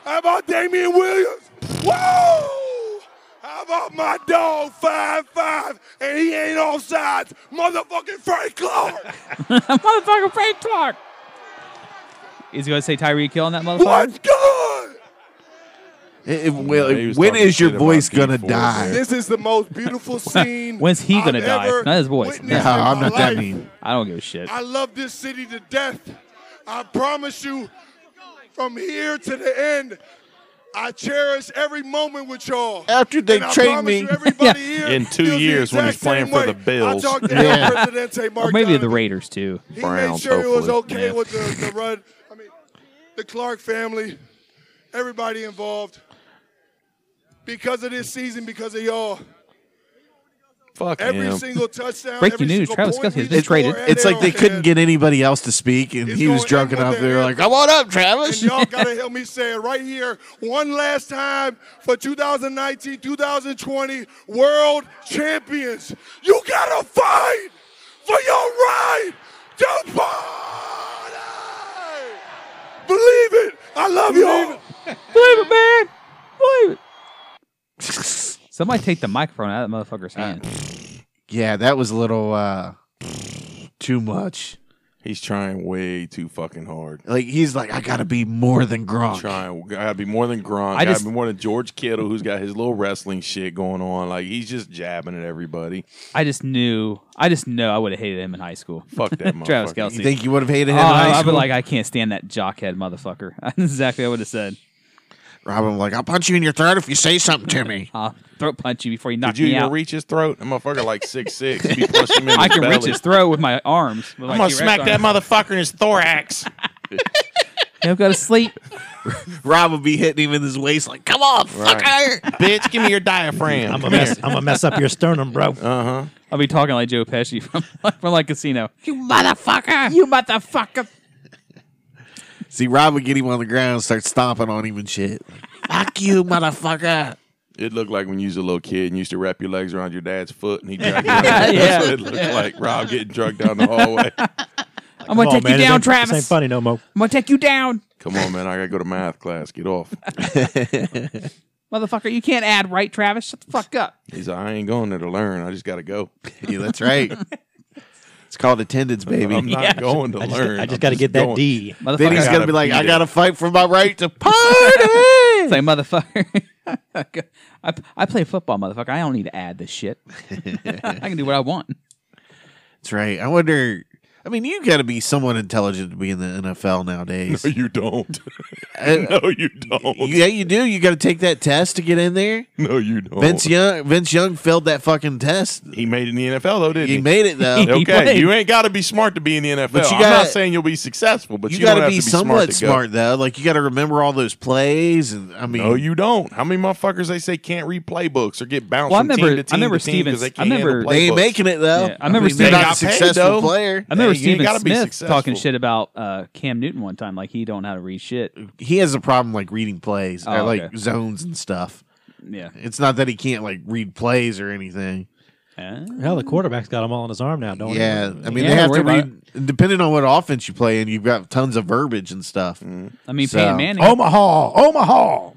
[SPEAKER 7] How about Damian Williams? Whoa! How about my dog Five five, and he ain't offsides? Motherfucking
[SPEAKER 3] *laughs*
[SPEAKER 7] Frank Clark!
[SPEAKER 3] *laughs* Motherfucker Frank Clark. Is he going to say Tyreek Hill on that motherfucker?
[SPEAKER 7] What's good?
[SPEAKER 2] It- it- well,
[SPEAKER 4] he was
[SPEAKER 2] when
[SPEAKER 4] talking
[SPEAKER 2] is your
[SPEAKER 4] shit about
[SPEAKER 2] voice going to
[SPEAKER 4] D4,
[SPEAKER 2] die?
[SPEAKER 7] This is the
[SPEAKER 3] *laughs*
[SPEAKER 7] most beautiful scene.
[SPEAKER 3] When's he gonna
[SPEAKER 7] I've
[SPEAKER 3] die?
[SPEAKER 7] ever
[SPEAKER 3] Not his voice.
[SPEAKER 7] witnessed
[SPEAKER 3] *laughs*
[SPEAKER 7] in
[SPEAKER 2] No, I'm
[SPEAKER 7] my
[SPEAKER 2] not that
[SPEAKER 7] life.
[SPEAKER 2] mean.
[SPEAKER 3] I don't give a shit.
[SPEAKER 7] I love this city to death. I promise you, from here to the end, I cherish every moment with y'all.
[SPEAKER 2] After they
[SPEAKER 7] And I
[SPEAKER 2] trade
[SPEAKER 7] promise
[SPEAKER 2] me.
[SPEAKER 7] you,
[SPEAKER 4] *laughs*
[SPEAKER 7] everybody here
[SPEAKER 4] In two
[SPEAKER 7] feels the
[SPEAKER 4] years when he's
[SPEAKER 7] exact same
[SPEAKER 4] playing for the
[SPEAKER 7] way.
[SPEAKER 4] Bills.
[SPEAKER 7] I
[SPEAKER 4] *laughs*
[SPEAKER 7] talked to
[SPEAKER 2] Yeah.
[SPEAKER 7] El Presidente Mark
[SPEAKER 3] or maybe the
[SPEAKER 7] Donovan.
[SPEAKER 3] Raiders too.
[SPEAKER 7] He made
[SPEAKER 4] Browns,
[SPEAKER 7] sure it was
[SPEAKER 4] hopefully.
[SPEAKER 7] okay
[SPEAKER 4] Yeah.
[SPEAKER 7] with the, the run. I mean, the Clark family, everybody involved. Because of this season, because of y'all,
[SPEAKER 4] Fuck
[SPEAKER 7] every
[SPEAKER 4] him.
[SPEAKER 7] single touchdown.
[SPEAKER 3] Breaking
[SPEAKER 7] every
[SPEAKER 3] news,
[SPEAKER 7] single
[SPEAKER 3] Travis
[SPEAKER 7] point
[SPEAKER 3] Kelce's
[SPEAKER 7] we
[SPEAKER 3] been
[SPEAKER 7] score
[SPEAKER 3] traded.
[SPEAKER 7] at
[SPEAKER 2] It's like they couldn't
[SPEAKER 7] Arrowhead.
[SPEAKER 2] get anybody else to speak, and
[SPEAKER 7] It's
[SPEAKER 2] he was
[SPEAKER 7] going
[SPEAKER 2] drunk
[SPEAKER 7] in
[SPEAKER 2] enough.
[SPEAKER 7] with
[SPEAKER 2] They were
[SPEAKER 7] that
[SPEAKER 2] like, come on up, Travis.
[SPEAKER 7] And y'all gotta help me say it right here, one last time for 2019, 2020 world champions. You gotta fight for your right to party. Believe it. I love y'all.
[SPEAKER 3] Believe it, man. Believe it. *laughs* Somebody take the microphone out of that motherfucker's hand.
[SPEAKER 2] Yeah, that was a little uh, too much.
[SPEAKER 4] He's trying way too fucking hard.
[SPEAKER 2] Like he's like, I gotta be more than Gronk.
[SPEAKER 4] Trying, gotta be more than Gronk.
[SPEAKER 3] I
[SPEAKER 4] gotta
[SPEAKER 3] just-
[SPEAKER 4] be more than George Kittle, who's got his little wrestling shit going on. Like he's just jabbing at everybody.
[SPEAKER 3] I just knew. I just know I would have hated him in high school.
[SPEAKER 2] *laughs*
[SPEAKER 4] Fuck that motherfucker.
[SPEAKER 3] Travis
[SPEAKER 2] You
[SPEAKER 3] Kelsey.
[SPEAKER 2] think you would have hated
[SPEAKER 3] Oh,
[SPEAKER 2] him? in high
[SPEAKER 3] I, I'd be
[SPEAKER 2] school?
[SPEAKER 3] like, I can't stand that jockhead motherfucker. *laughs* That's exactly what I would have said.
[SPEAKER 2] Robin, like, I'll punch you in your throat if you say something to me.
[SPEAKER 3] I'll throat punch you before you knock
[SPEAKER 4] Did you
[SPEAKER 3] me
[SPEAKER 4] even
[SPEAKER 3] out.
[SPEAKER 4] reach his throat? That motherfucker like
[SPEAKER 3] *laughs*
[SPEAKER 4] six six. You punched him in
[SPEAKER 3] I
[SPEAKER 4] his
[SPEAKER 3] can
[SPEAKER 4] belly.
[SPEAKER 3] reach his throat with my
[SPEAKER 4] *laughs*
[SPEAKER 3] arms. With
[SPEAKER 4] I'm gonna smack that motherfucker in his thorax.
[SPEAKER 3] He'll go to sleep.
[SPEAKER 2] Rob would be hitting him in his waist, like, come on, fucker.
[SPEAKER 4] *laughs* Bitch, give me your diaphragm.
[SPEAKER 5] I'm gonna mess. I'm gonna mess up your sternum, bro.
[SPEAKER 3] I'll be talking like Joe Pesci from *laughs* from like Casino.
[SPEAKER 2] you motherfucker. You motherfucker. See, Rob would get him on the ground, start stomping on him and shit. Fuck you, motherfucker.
[SPEAKER 4] It looked like when you was a little kid and you used to wrap your legs around your dad's foot
[SPEAKER 3] *laughs*
[SPEAKER 4] and he dragged you. *laughs* That's
[SPEAKER 3] Yeah.
[SPEAKER 4] what it looked like. Rob getting drugged down the hallway. *laughs*
[SPEAKER 3] I'm gonna
[SPEAKER 5] Come on,
[SPEAKER 3] take
[SPEAKER 5] man,
[SPEAKER 3] you
[SPEAKER 5] it
[SPEAKER 3] down,
[SPEAKER 5] ain't-
[SPEAKER 3] Travis.
[SPEAKER 5] This ain't funny no more.
[SPEAKER 3] I'm gonna take you down,
[SPEAKER 4] Come on, man. I gotta go to math class. Get off.
[SPEAKER 3] motherfucker. You can't add, right, Travis? Shut the fuck up.
[SPEAKER 4] He's like, I ain't going there to learn. I just gotta go.
[SPEAKER 2] *laughs* Yeah, that's right. it's called attendance, baby.
[SPEAKER 4] I'm not going to
[SPEAKER 5] I just,
[SPEAKER 4] learn.
[SPEAKER 5] I just
[SPEAKER 4] I'm
[SPEAKER 5] got to get that
[SPEAKER 4] going.
[SPEAKER 5] D.
[SPEAKER 3] Motherfucker.
[SPEAKER 2] then he's going to
[SPEAKER 4] I gotta
[SPEAKER 2] be like,
[SPEAKER 4] beat
[SPEAKER 2] I
[SPEAKER 4] it."
[SPEAKER 2] got to fight for my right to party.
[SPEAKER 3] *laughs* Say, motherfucker. I, I play football, motherfucker. I don't need to add this shit. *laughs* I can do what I want.
[SPEAKER 2] that's right. I wonder. I mean, you got to be somewhat intelligent to be in the NFL nowadays.
[SPEAKER 4] No, *laughs* you don't.
[SPEAKER 2] Uh,
[SPEAKER 4] no, you don't.
[SPEAKER 2] yeah, you do. You got to take that test to get in there.
[SPEAKER 4] no, you don't.
[SPEAKER 2] Vince Young, Vince Young failed that fucking test.
[SPEAKER 4] he made it in the NFL though, didn't he?
[SPEAKER 2] He made it though.
[SPEAKER 3] He
[SPEAKER 4] Okay,
[SPEAKER 3] played.
[SPEAKER 4] *laughs* you ain't got to be smart to be in the NFL.
[SPEAKER 2] But you
[SPEAKER 4] I'm not
[SPEAKER 2] gotta-
[SPEAKER 4] saying you'll be successful, but you,
[SPEAKER 2] you got
[SPEAKER 4] don't
[SPEAKER 2] to
[SPEAKER 4] have
[SPEAKER 2] be
[SPEAKER 4] to be
[SPEAKER 2] somewhat
[SPEAKER 4] smart, to go.
[SPEAKER 2] smart though. Like you got to remember all those plays, and I mean,
[SPEAKER 4] No, you don't. How many motherfuckers they say can't read playbooks or get bounced
[SPEAKER 3] Well, I
[SPEAKER 4] from team
[SPEAKER 3] remember-
[SPEAKER 4] to
[SPEAKER 3] I
[SPEAKER 4] team
[SPEAKER 3] remember
[SPEAKER 4] to team
[SPEAKER 3] Stevens-
[SPEAKER 4] 'cause they
[SPEAKER 3] I
[SPEAKER 4] can't handle
[SPEAKER 3] remember-
[SPEAKER 2] they ain't
[SPEAKER 4] playbooks.
[SPEAKER 2] making it though.
[SPEAKER 3] Yeah, I remember
[SPEAKER 2] they're
[SPEAKER 3] Steve
[SPEAKER 2] not a
[SPEAKER 4] got paid,
[SPEAKER 2] successful
[SPEAKER 4] though.
[SPEAKER 2] player.
[SPEAKER 3] I remember
[SPEAKER 4] Hey, you ain't
[SPEAKER 3] Steven
[SPEAKER 4] gotta be
[SPEAKER 3] Smith
[SPEAKER 4] successful.
[SPEAKER 3] talking shit about uh, Cam Newton one time, like he don't know how to read shit.
[SPEAKER 2] He has a problem like reading plays or
[SPEAKER 3] Oh,
[SPEAKER 2] like
[SPEAKER 3] okay.
[SPEAKER 2] zones and stuff.
[SPEAKER 3] Yeah.
[SPEAKER 2] It's not that he can't like read plays or anything.
[SPEAKER 3] Uh,
[SPEAKER 5] Hell, the quarterback's got them all in his arm now, don't
[SPEAKER 2] yeah,
[SPEAKER 5] he?
[SPEAKER 2] I mean
[SPEAKER 3] Yeah,
[SPEAKER 2] they have
[SPEAKER 3] worry
[SPEAKER 2] to
[SPEAKER 3] about
[SPEAKER 2] read depending on what offense you play in. You've got tons of verbiage and stuff.
[SPEAKER 3] I mean,
[SPEAKER 2] So-
[SPEAKER 3] Peyton Manning.
[SPEAKER 5] Oh Omaha, Omaha.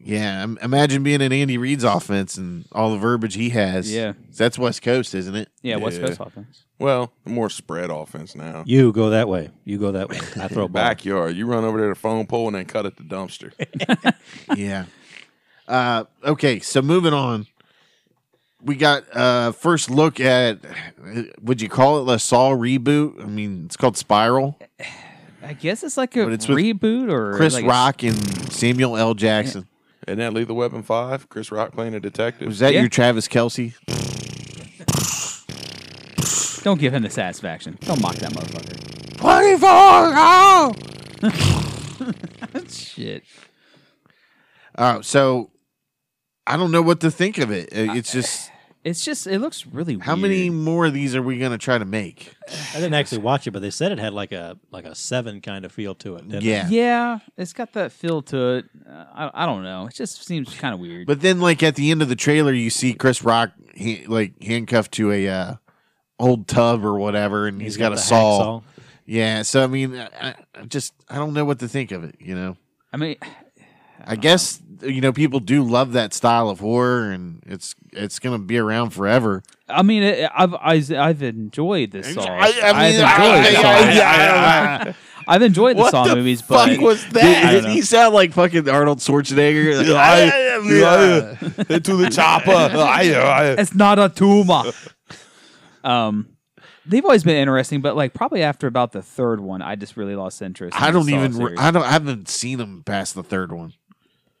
[SPEAKER 2] Yeah, im- imagine being in Andy Reid's offense and all the verbiage he has.
[SPEAKER 3] Yeah.
[SPEAKER 2] that's West Coast, isn't it?
[SPEAKER 3] yeah, West
[SPEAKER 4] Yeah.
[SPEAKER 3] Coast offense.
[SPEAKER 4] Well, more spread offense now.
[SPEAKER 5] You go that way. You go that way. I throw a ball.
[SPEAKER 4] Backyard. You run over there to the phone pole and then cut at
[SPEAKER 3] *laughs*
[SPEAKER 4] the dumpster.
[SPEAKER 2] *laughs* yeah. Uh, okay, so moving on, we got uh, first look at uh, would you call it the Saw reboot? I mean, it's called Spiral.
[SPEAKER 3] I guess it's like a
[SPEAKER 2] But it's with
[SPEAKER 3] reboot or
[SPEAKER 2] Chris
[SPEAKER 3] like a-
[SPEAKER 2] Rock and Samuel L. Jackson.
[SPEAKER 4] Isn't that Lethal Weapon Five? Chris Rock playing a detective.
[SPEAKER 2] Was that
[SPEAKER 3] Yeah.
[SPEAKER 2] your Travis Kelsey?
[SPEAKER 3] Don't give him the satisfaction. Don't mock that motherfucker.
[SPEAKER 2] 24 oh!
[SPEAKER 3] Shit.
[SPEAKER 2] Uh, so I don't know what to think of it. Uh, It's just
[SPEAKER 3] It's just it looks really weird.
[SPEAKER 2] how many more of these are we going to try to make?
[SPEAKER 5] I didn't actually watch it, but they said it had like a like a seven kind of feel to it. didn't it?
[SPEAKER 2] Yeah.
[SPEAKER 3] Yeah, it's got that feel to it. Uh, I, I don't know. It just seems kind of weird.
[SPEAKER 2] But then, like at the end of the trailer, you see Chris Rock he, like handcuffed to a uh, old tub or whatever, and he's got, a
[SPEAKER 5] the
[SPEAKER 2] saw.
[SPEAKER 5] hacksaw.
[SPEAKER 2] Yeah. So I mean, I, I just I don't know what to think of it. You know,
[SPEAKER 3] I mean,
[SPEAKER 2] I, guess you know people do love that style of horror, and it's it's going to be around forever.
[SPEAKER 3] I mean, it, I've I've I've enjoyed this song. I, have
[SPEAKER 2] mean, I-
[SPEAKER 3] enjoyed
[SPEAKER 2] I-
[SPEAKER 3] the song.
[SPEAKER 2] I- I-
[SPEAKER 3] I've enjoyed the
[SPEAKER 2] What
[SPEAKER 3] Saw
[SPEAKER 2] the
[SPEAKER 3] movies,
[SPEAKER 2] fuck
[SPEAKER 3] but
[SPEAKER 2] was
[SPEAKER 3] I
[SPEAKER 2] that?
[SPEAKER 3] don't
[SPEAKER 2] Did
[SPEAKER 3] know.
[SPEAKER 2] he sound like fucking Arnold *laughs* Schwarzenegger?
[SPEAKER 4] to
[SPEAKER 3] *laughs*
[SPEAKER 4] the chopper.
[SPEAKER 3] it's not a tumor. *laughs* um, they've always been interesting, but like probably after about the third one, I just really lost interest. in
[SPEAKER 2] I
[SPEAKER 3] the
[SPEAKER 2] don't
[SPEAKER 3] Saw
[SPEAKER 2] even. re-
[SPEAKER 3] series.
[SPEAKER 2] I don't. I haven't seen him past the third one.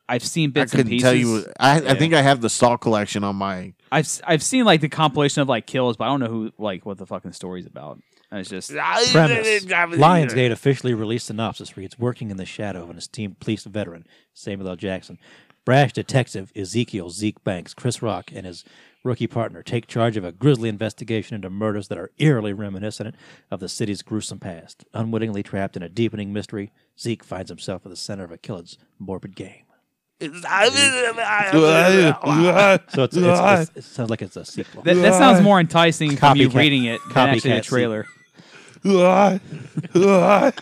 [SPEAKER 3] I've seen
[SPEAKER 2] I
[SPEAKER 3] bits and
[SPEAKER 2] couldn't
[SPEAKER 3] pieces.
[SPEAKER 2] tell you. I, I think I have the Saw collection on my.
[SPEAKER 3] I've s- I've seen like the compilation of like kills, but I don't know who like what the fucking story's about. And it's just
[SPEAKER 5] Premise.
[SPEAKER 7] *laughs*
[SPEAKER 5] Lionsgate officially released synopsis reads Working in the shadow of an esteemed police veteran, Samuel L. Jackson. Brash detective Ezekiel Zeke Banks, Chris Rock, and his rookie partner take charge of a grisly investigation into murders that are eerily reminiscent of the city's gruesome past. Unwittingly trapped in a deepening mystery, Zeke finds himself at the center of a killer's morbid game. So it's, it's, it's, it sounds like it's a sequel.
[SPEAKER 3] that, that sounds more enticing from you
[SPEAKER 5] Copycat-
[SPEAKER 3] reading it than actually the
[SPEAKER 5] copycat
[SPEAKER 3] trailer. *laughs*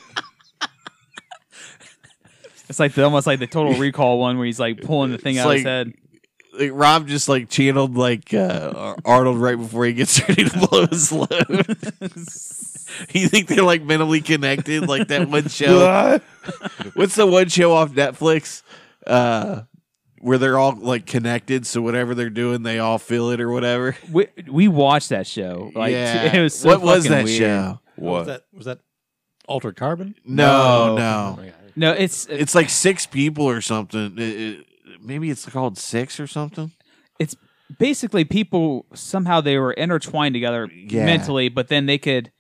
[SPEAKER 3] It's like the, almost like the Total Recall one where he's like pulling the thing
[SPEAKER 2] It's
[SPEAKER 3] out of his
[SPEAKER 2] like-
[SPEAKER 3] head.
[SPEAKER 2] Like, Rob just like channeled like uh, *laughs* Ar- Arnold right before he gets *laughs* ready to blow his load. *laughs* you think they're like mentally connected? Like that
[SPEAKER 3] *laughs*
[SPEAKER 2] one show. *laughs* What's the one show off Netflix? Uh, where they're all like connected, so whatever they're doing, they all feel it or whatever.
[SPEAKER 3] We we watched that show. Like *laughs*
[SPEAKER 2] yeah.
[SPEAKER 3] it was so
[SPEAKER 2] what was
[SPEAKER 3] fucking
[SPEAKER 2] that
[SPEAKER 3] weird.
[SPEAKER 2] show?
[SPEAKER 5] was,
[SPEAKER 4] What?
[SPEAKER 5] that, was that Altered Carbon?
[SPEAKER 2] No, no.
[SPEAKER 3] No, it's
[SPEAKER 2] It's like six people or something. It- it- maybe it's called six or something.
[SPEAKER 3] it's basically people somehow they were intertwined together
[SPEAKER 2] Yeah.
[SPEAKER 3] mentally, but then they could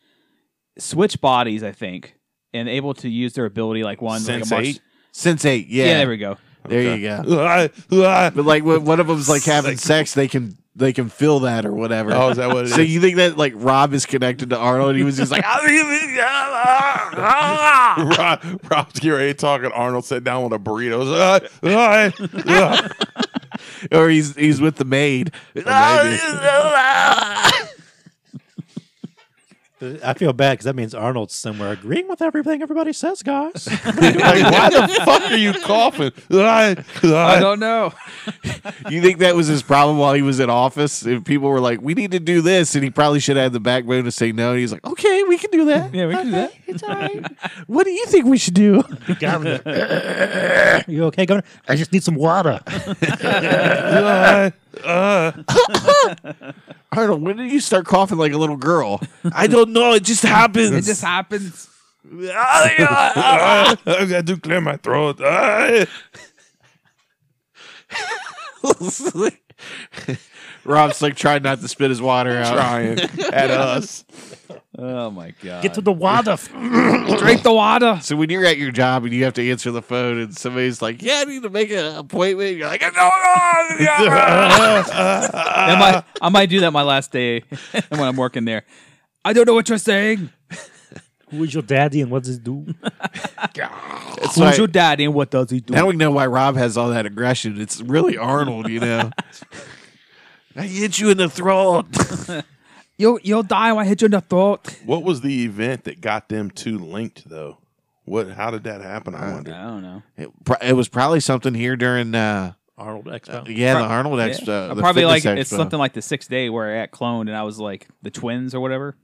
[SPEAKER 3] switch bodies, I think, and able to use their ability like one
[SPEAKER 4] Sense
[SPEAKER 3] like a
[SPEAKER 4] eight?
[SPEAKER 2] Since eight, yeah.
[SPEAKER 3] Yeah. there we *laughs* go.
[SPEAKER 2] There
[SPEAKER 4] Okay.
[SPEAKER 2] you go.
[SPEAKER 4] Oh,
[SPEAKER 3] *laughs*
[SPEAKER 2] But like when one of them's like having sex, they can they can feel that or whatever.
[SPEAKER 4] Oh,
[SPEAKER 3] Oh,
[SPEAKER 4] is that what it
[SPEAKER 2] *laughs*
[SPEAKER 4] is?
[SPEAKER 2] so you think that like Rob is connected to Arnold? He was just
[SPEAKER 3] *laughs*
[SPEAKER 2] like,
[SPEAKER 4] Rob, Rob's getting ready to talk, and Arnold sat down with a burrito. Uh,
[SPEAKER 2] or he's he's with the maid. *laughs*
[SPEAKER 5] I feel bad because that means Arnold's somewhere agreeing with everything everybody says, guys.
[SPEAKER 4] like, why the fuck are you coughing? Uh,
[SPEAKER 3] I don't know.
[SPEAKER 2] *laughs* You think that was his problem while he was in office? If people were like, "We need to do this," and he probably should have had the backbone to say no, and he's like, "Okay, we can do that.
[SPEAKER 3] Yeah, we can do that.
[SPEAKER 2] *laughs* It's all right. What do you think we should do?"
[SPEAKER 5] you okay, Governor? I just need some water.
[SPEAKER 2] Arnold, when did you start coughing like a little girl? I don't know. It just happens.
[SPEAKER 3] It just happens.
[SPEAKER 4] *laughs* I got to clear my throat. Ah.
[SPEAKER 2] *laughs* Rob's like trying not to spit his water out.
[SPEAKER 4] Trying at us.
[SPEAKER 3] Oh my god.
[SPEAKER 5] Get to
[SPEAKER 4] Uh,
[SPEAKER 5] the water.
[SPEAKER 3] drink the water.
[SPEAKER 2] So when you're at your job and you have to answer the phone and somebody's like, "Yeah, I need to make an appointment," you're like, "I don't know." *laughs*
[SPEAKER 3] I might, I might do that my last day *laughs* when I'm working there. I don't know what you're saying.
[SPEAKER 5] *laughs* Who is your daddy and what does he do?
[SPEAKER 2] That's
[SPEAKER 3] Who's
[SPEAKER 2] why-
[SPEAKER 3] your daddy and what does he do?
[SPEAKER 2] now we know why Rob has all that aggression. It's really Arnold, you
[SPEAKER 4] *laughs*
[SPEAKER 2] know. I hit you in the throat.
[SPEAKER 3] You'll you'll die when I hit you in the throat.
[SPEAKER 4] What was the event that got them two linked, though? What? How did that happen?
[SPEAKER 3] I
[SPEAKER 4] I wonder.
[SPEAKER 3] don't know.
[SPEAKER 2] It, pro- it was probably something here during, uh,
[SPEAKER 5] Arnold Expo.
[SPEAKER 2] yeah, the Arnold Expo.
[SPEAKER 3] Yeah.
[SPEAKER 2] uh, the
[SPEAKER 3] Probably like
[SPEAKER 2] fitness
[SPEAKER 3] it's
[SPEAKER 2] expo.
[SPEAKER 3] something like the sixth day where I got cloned and I was like the twins or whatever.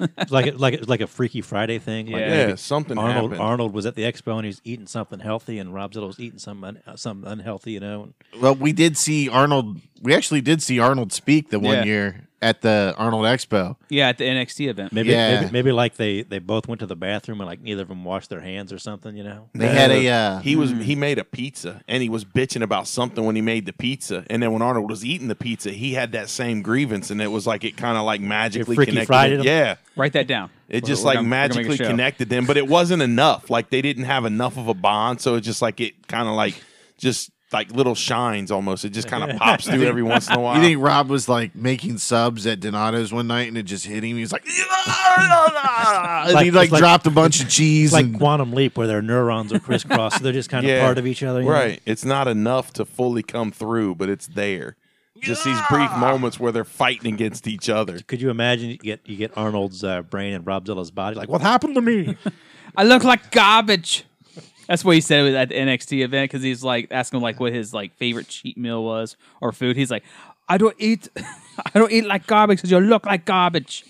[SPEAKER 5] It's like a, like a, like a Freaky Friday thing.
[SPEAKER 3] Yeah.
[SPEAKER 5] Like
[SPEAKER 4] Yeah,
[SPEAKER 5] maybe
[SPEAKER 4] something
[SPEAKER 5] Arnold
[SPEAKER 4] happened.
[SPEAKER 5] Arnold was at the expo and he's eating something healthy, and Rob Zittle was eating something un, uh, something unhealthy. You know,
[SPEAKER 2] Well, we did see Arnold. We actually did see Arnold speak the one
[SPEAKER 3] Yeah.
[SPEAKER 2] year at the Arnold Expo.
[SPEAKER 3] Yeah, at the NXT event.
[SPEAKER 5] Maybe,
[SPEAKER 2] Yeah.
[SPEAKER 5] maybe maybe like they they both went to the bathroom and like neither of them washed their hands or something. You know.
[SPEAKER 2] They had a uh,
[SPEAKER 4] He was he made a pizza and he was bitching about something when he made the pizza and then when Arnold was eating the pizza he had that same grievance and it was like it kind of like magically
[SPEAKER 5] freaky
[SPEAKER 4] connected.
[SPEAKER 5] fried
[SPEAKER 4] them.
[SPEAKER 5] him?
[SPEAKER 4] Yeah,
[SPEAKER 3] Write that down.
[SPEAKER 4] it
[SPEAKER 3] We're-
[SPEAKER 4] just
[SPEAKER 3] we're
[SPEAKER 4] like
[SPEAKER 3] gonna- we're gonna make a
[SPEAKER 4] magically
[SPEAKER 3] show.
[SPEAKER 4] connected them, but it wasn't enough. Like they didn't have enough of a bond, so it just like it kind of like just like little shines almost. It just kind of pops through every once in a while.
[SPEAKER 2] You think Rob was like making subs at Donato's one night and it just hit him? He was like, and he
[SPEAKER 5] Like-
[SPEAKER 2] like
[SPEAKER 5] it's like-
[SPEAKER 2] dropped a bunch of cheese
[SPEAKER 5] It's like
[SPEAKER 2] and
[SPEAKER 5] quantum leap where their neurons are crisscrossed, so they're just kind of
[SPEAKER 4] *laughs* Yeah.
[SPEAKER 5] part of each other. you know?
[SPEAKER 4] right? It's not enough to fully come through, but it's there. Just these brief moments where they're fighting against each other.
[SPEAKER 5] Could you imagine you get you get Arnold's uh, brain and Rob Zilla's body? Like, what happened to me?
[SPEAKER 3] I look like garbage. That's what he said at the NXT event because he's like asking like what his like favorite cheat meal was or food. He's like, I don't eat, *laughs* I don't eat like garbage because you look like garbage.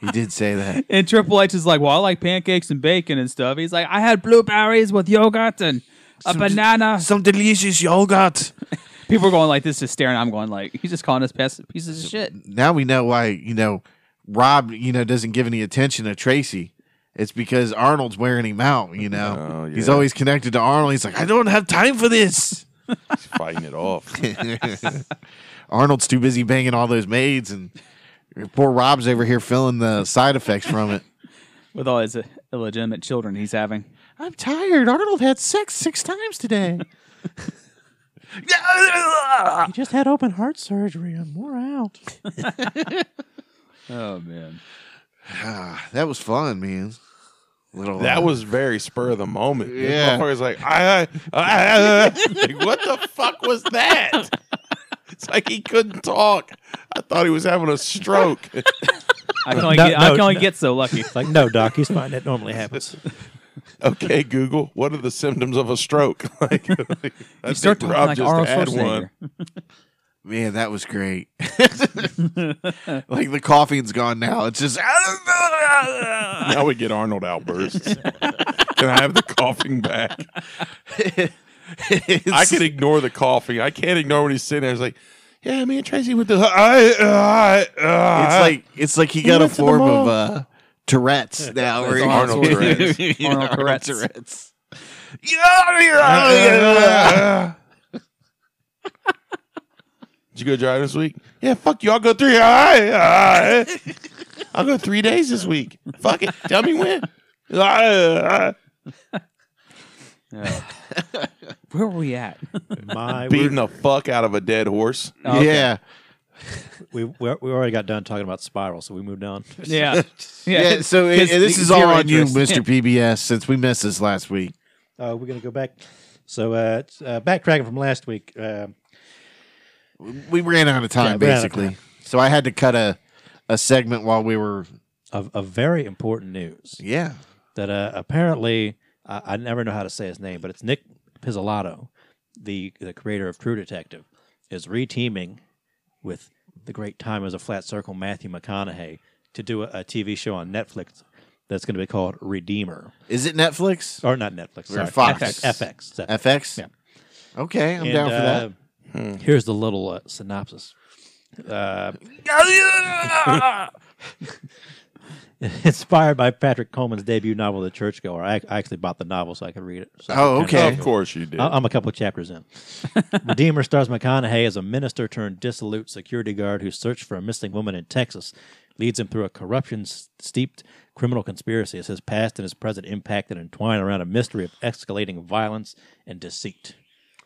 [SPEAKER 2] he did say that.
[SPEAKER 3] And Triple H is like, well, I like pancakes and bacon and stuff. He's like, I had blueberries with yogurt and a banana.
[SPEAKER 2] Some delicious yogurt.
[SPEAKER 3] People are going like this, just staring. I'm going like, he's just calling us pes- pieces of shit.
[SPEAKER 2] Now we know why, you know, Rob, you know, doesn't give any attention to Tracy. It's because Arnold's wearing him out, you know.
[SPEAKER 4] *laughs* Oh,
[SPEAKER 2] He's
[SPEAKER 4] yeah.
[SPEAKER 2] always connected to Arnold. He's like, I don't have time for
[SPEAKER 4] *laughs*
[SPEAKER 2] this.
[SPEAKER 4] fighting it off.
[SPEAKER 2] *laughs* Arnold's too busy banging all those maids, and poor Rob's over here feeling the side effects from it.
[SPEAKER 3] with all his uh, illegitimate children he's having.
[SPEAKER 2] *laughs* I'm tired. Arnold had sex six times *laughs* today.
[SPEAKER 5] he just had open heart surgery. I'm more out.
[SPEAKER 3] Oh man,
[SPEAKER 2] *sighs* that was fun, man. Little
[SPEAKER 4] That was very spur of the moment. This
[SPEAKER 2] Yeah.
[SPEAKER 4] motherfucker's like, I, I, I,
[SPEAKER 3] *laughs*
[SPEAKER 4] I- like, what the fuck was that? *laughs* It's like he couldn't talk. I thought he was having a stroke. *laughs*
[SPEAKER 3] I can only,
[SPEAKER 5] No,
[SPEAKER 3] get, I
[SPEAKER 5] no,
[SPEAKER 3] can only
[SPEAKER 5] no.
[SPEAKER 3] get so lucky.
[SPEAKER 5] It's like, no, Doc, he's fine. That normally
[SPEAKER 4] *laughs*
[SPEAKER 5] happens.
[SPEAKER 4] okay, Google, what are the symptoms of a stroke?
[SPEAKER 3] *laughs*
[SPEAKER 4] *laughs* like,
[SPEAKER 3] You start talking like Arnold Schwarzenegger.
[SPEAKER 2] man. That was great. *laughs* like the coughing's gone now. It's just *laughs*
[SPEAKER 4] Now we get Arnold
[SPEAKER 3] *laughs*
[SPEAKER 4] outbursts. Can I have the coughing back? I can ignore the coughing. I can't ignore when he's sitting there. It's like, yeah, me and Tracy with the. I, I, I,
[SPEAKER 2] It's like it's like he got a
[SPEAKER 4] went to the
[SPEAKER 2] form of
[SPEAKER 4] mall.
[SPEAKER 2] uh, Tourette's now. where he-
[SPEAKER 4] Arnold Tourette's.
[SPEAKER 2] You know,
[SPEAKER 3] *laughs* Arnold
[SPEAKER 2] Arnold
[SPEAKER 3] Tourette's.
[SPEAKER 2] Tourette's.
[SPEAKER 4] Did you go driving this week? Yeah, fuck you. I'll go three. I, I, *laughs* I'll go three days this week. Fuck it. Tell me when. I, I,
[SPEAKER 3] Where were we at?
[SPEAKER 5] My,
[SPEAKER 4] beating the fuck out of a dead horse.
[SPEAKER 3] Oh, okay.
[SPEAKER 2] Yeah.
[SPEAKER 5] we, we we already got done talking about Spiral, so we moved on.
[SPEAKER 3] yeah,
[SPEAKER 2] Yeah, so it,
[SPEAKER 3] 'Cause
[SPEAKER 2] and this is
[SPEAKER 3] zero
[SPEAKER 2] all on you,
[SPEAKER 3] interest.
[SPEAKER 2] Mr. PBS, since we missed this last week.
[SPEAKER 5] *laughs* Uh, we're gonna go back. So uh, it's, uh, backtracking from last week, uh,
[SPEAKER 2] We ran out of time,
[SPEAKER 5] Yeah, we ran out of
[SPEAKER 2] basically. So I had to cut a, a segment while we were.
[SPEAKER 5] of, of very important news
[SPEAKER 2] Yeah.
[SPEAKER 5] that uh, apparently I, I never know how to say his name, but it's Nick Pizzolatto, the the creator of True Detective, is reteaming with the great time as a flat circle Matthew McConaughey to do a, a TV show on Netflix that's going to be called Redeemer,
[SPEAKER 2] Is it Netflix?
[SPEAKER 5] or not Netflix,
[SPEAKER 2] Or
[SPEAKER 5] sorry,
[SPEAKER 2] Fox.
[SPEAKER 5] FX, FX, it's FX.
[SPEAKER 2] FX?
[SPEAKER 5] Yeah.
[SPEAKER 2] Okay, I'm
[SPEAKER 5] And,
[SPEAKER 2] down for Hmm.
[SPEAKER 5] uh, Here's the little uh, synopsis. Uh, *laughs* inspired by Patrick Coleman's debut novel, The Churchgoer. I, I actually bought the novel so I could read it. So I
[SPEAKER 2] Oh,
[SPEAKER 5] could kinda-
[SPEAKER 2] okay.
[SPEAKER 4] Of course you did.
[SPEAKER 5] I- I'm a couple chapters in. Redeemer stars McConaughey as a minister turned dissolute security guard who searched for a missing woman in Texas, leads him through a corruption steeped criminal conspiracy as his past and his present impact and entwine around a mystery of escalating violence and deceit.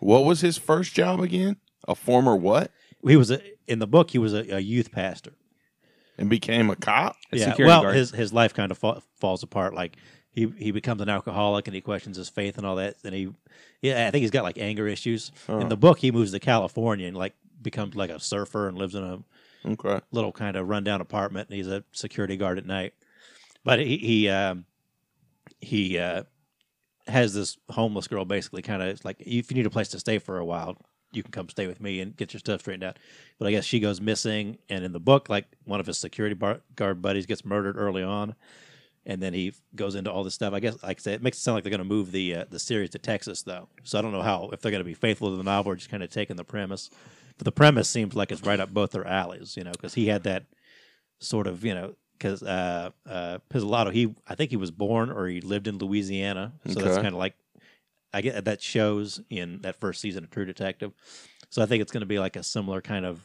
[SPEAKER 4] what was his first job again? A former what?
[SPEAKER 5] He was a, in the book. He was a, a youth pastor.
[SPEAKER 4] And became a cop?
[SPEAKER 3] A
[SPEAKER 5] yeah.
[SPEAKER 3] security
[SPEAKER 5] well,
[SPEAKER 3] guard.
[SPEAKER 5] his his life kind of fa- falls apart. Like he he becomes an alcoholic and he questions his faith and all that. And he, yeah, I think he's got like anger issues. In the book, he moves to California and like becomes like a surfer and lives in a
[SPEAKER 4] Okay.
[SPEAKER 5] little kind of rundown apartment. And he's a security guard at night. But he he um, he uh, has this homeless girl basically kind of like if you need a place to stay for a while, you can come stay with me and get your stuff straightened out. But I guess she goes missing, and in the book, like one of his security bar- guard buddies gets murdered early on, and then he goes into all this stuff. I guess like I said, it makes it sound like they're going to move the uh, the series to Texas though, so I don't know how if they're going to be faithful to the novel or just kind of taking the premise. But the premise seems like it's right up both their alleys, you know, because he had that sort of, you know, because uh, uh, Pizzolatto, he I think he was born or he lived in Louisiana, so that's
[SPEAKER 4] Okay.
[SPEAKER 5] kind of like I get that shows in that first season of True Detective. So I think it's going to be like a similar kind of,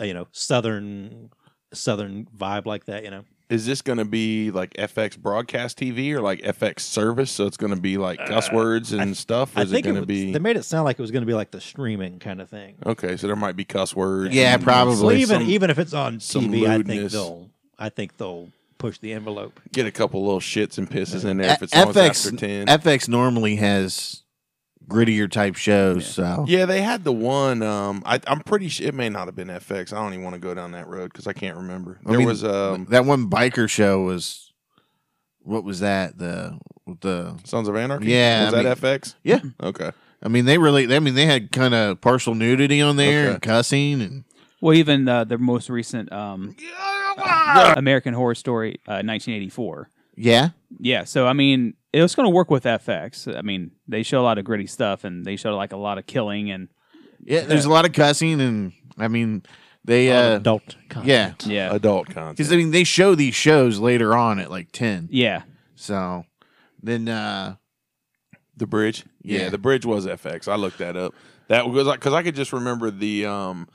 [SPEAKER 5] uh, you know, southern southern vibe like that, you know.
[SPEAKER 4] Is this going to be like FX broadcast TV or like FX service? So it's going to be like cuss words and stuff. Or is it going to
[SPEAKER 5] was-
[SPEAKER 4] be
[SPEAKER 5] They made it sound like it was going to be like the streaming kind of thing.
[SPEAKER 4] okay? So there might be cuss words.
[SPEAKER 2] Yeah, probably.
[SPEAKER 5] So even
[SPEAKER 4] some-
[SPEAKER 5] even if it's on
[SPEAKER 4] some
[SPEAKER 5] TV, I think
[SPEAKER 4] lewdness.
[SPEAKER 5] they'll I think they'll push the envelope.
[SPEAKER 4] Get a couple little shits and pisses in there if it's long as after
[SPEAKER 2] FX
[SPEAKER 4] ten.
[SPEAKER 2] FX normally has grittier type shows, so
[SPEAKER 4] yeah, they had the one. Um, I, I'm pretty sure it may not have been FX. I don't even want to go down that road because I can't remember.
[SPEAKER 2] I
[SPEAKER 4] There
[SPEAKER 2] mean,
[SPEAKER 4] was um,
[SPEAKER 2] that one biker show was what was that the the
[SPEAKER 4] Sons of Anarchy.
[SPEAKER 2] Yeah,
[SPEAKER 4] was
[SPEAKER 2] I
[SPEAKER 4] that FX?
[SPEAKER 2] yeah
[SPEAKER 4] Okay,
[SPEAKER 2] I mean they really I mean they had kind of partial nudity on there
[SPEAKER 4] Okay.
[SPEAKER 2] and cussing and
[SPEAKER 3] Well, even uh, the most recent um, uh, American Horror Story, uh, 1984.
[SPEAKER 2] yeah
[SPEAKER 3] Yeah, so I mean, it was going to work with FX. I mean, they show a lot of gritty stuff, and they show like a lot of killing, and
[SPEAKER 2] yeah there's a lot of cussing and I mean they uh
[SPEAKER 5] Adult content.
[SPEAKER 2] yeah
[SPEAKER 3] yeah,
[SPEAKER 4] adult content.
[SPEAKER 2] because I mean they show these shows later on at like ten
[SPEAKER 3] yeah,
[SPEAKER 2] so then uh
[SPEAKER 4] The bridge. Yeah,
[SPEAKER 2] Yeah.
[SPEAKER 4] the bridge was FX. I looked that up. That was like because I could just remember the um.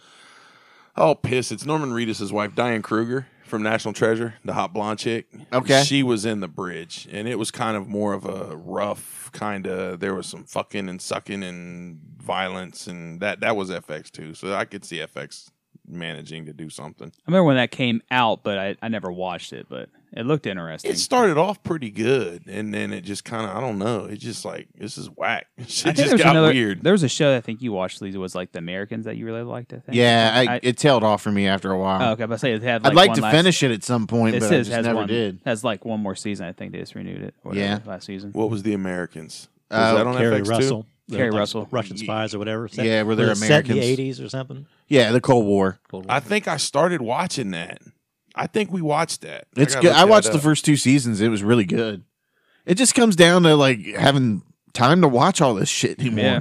[SPEAKER 4] Oh piss! It's Norman Reedus' wife, Diane Kruger from National Treasure, the hot blonde chick.
[SPEAKER 2] Okay.
[SPEAKER 4] she was in the bridge, and it was kind of more of a rough kind of. There was some fucking and sucking and violence, and that that was FX too. So I could see FX managing to do something.
[SPEAKER 3] I remember when that came out, but I, I never watched it, but it looked interesting.
[SPEAKER 4] It started off pretty good, and then it just kind of I don't know. It just like this is whack. *laughs* It
[SPEAKER 3] I think there
[SPEAKER 4] just
[SPEAKER 3] was
[SPEAKER 4] got
[SPEAKER 3] another-
[SPEAKER 4] weird.
[SPEAKER 3] There was a show I think you watched, Lisa, was like The Americans that you really liked. I think.
[SPEAKER 2] yeah I,
[SPEAKER 3] I-
[SPEAKER 2] it tailed off for me after a while
[SPEAKER 3] oh, okay, but I say it had.
[SPEAKER 2] I'd like
[SPEAKER 3] one
[SPEAKER 2] to
[SPEAKER 3] last-
[SPEAKER 2] finish it at some point
[SPEAKER 3] It
[SPEAKER 2] but I
[SPEAKER 3] says
[SPEAKER 2] just
[SPEAKER 3] has
[SPEAKER 2] never
[SPEAKER 3] one,
[SPEAKER 2] did
[SPEAKER 3] Has like one more season. I think they just renewed it. Or
[SPEAKER 2] Yeah.
[SPEAKER 3] whatever, last season.
[SPEAKER 4] What was the Americans? Was
[SPEAKER 2] Uh,
[SPEAKER 4] that on
[SPEAKER 5] Carrie
[SPEAKER 4] FX
[SPEAKER 5] Russell, They're
[SPEAKER 3] Kerry
[SPEAKER 5] like
[SPEAKER 3] Russell.
[SPEAKER 5] Russian spies or whatever. Set-
[SPEAKER 2] Yeah, were they
[SPEAKER 5] was it set in
[SPEAKER 2] Americans?
[SPEAKER 5] the eighties or something?
[SPEAKER 2] yeah the Cold War
[SPEAKER 5] Cold
[SPEAKER 4] too? I think I started watching that. I think we watched that.
[SPEAKER 2] It's
[SPEAKER 4] gotta
[SPEAKER 2] good.
[SPEAKER 4] look
[SPEAKER 2] I
[SPEAKER 4] that
[SPEAKER 2] watched the
[SPEAKER 4] up.
[SPEAKER 2] first two seasons. It was really good. It just comes down to like having time to watch all this shit anymore.
[SPEAKER 3] Yeah.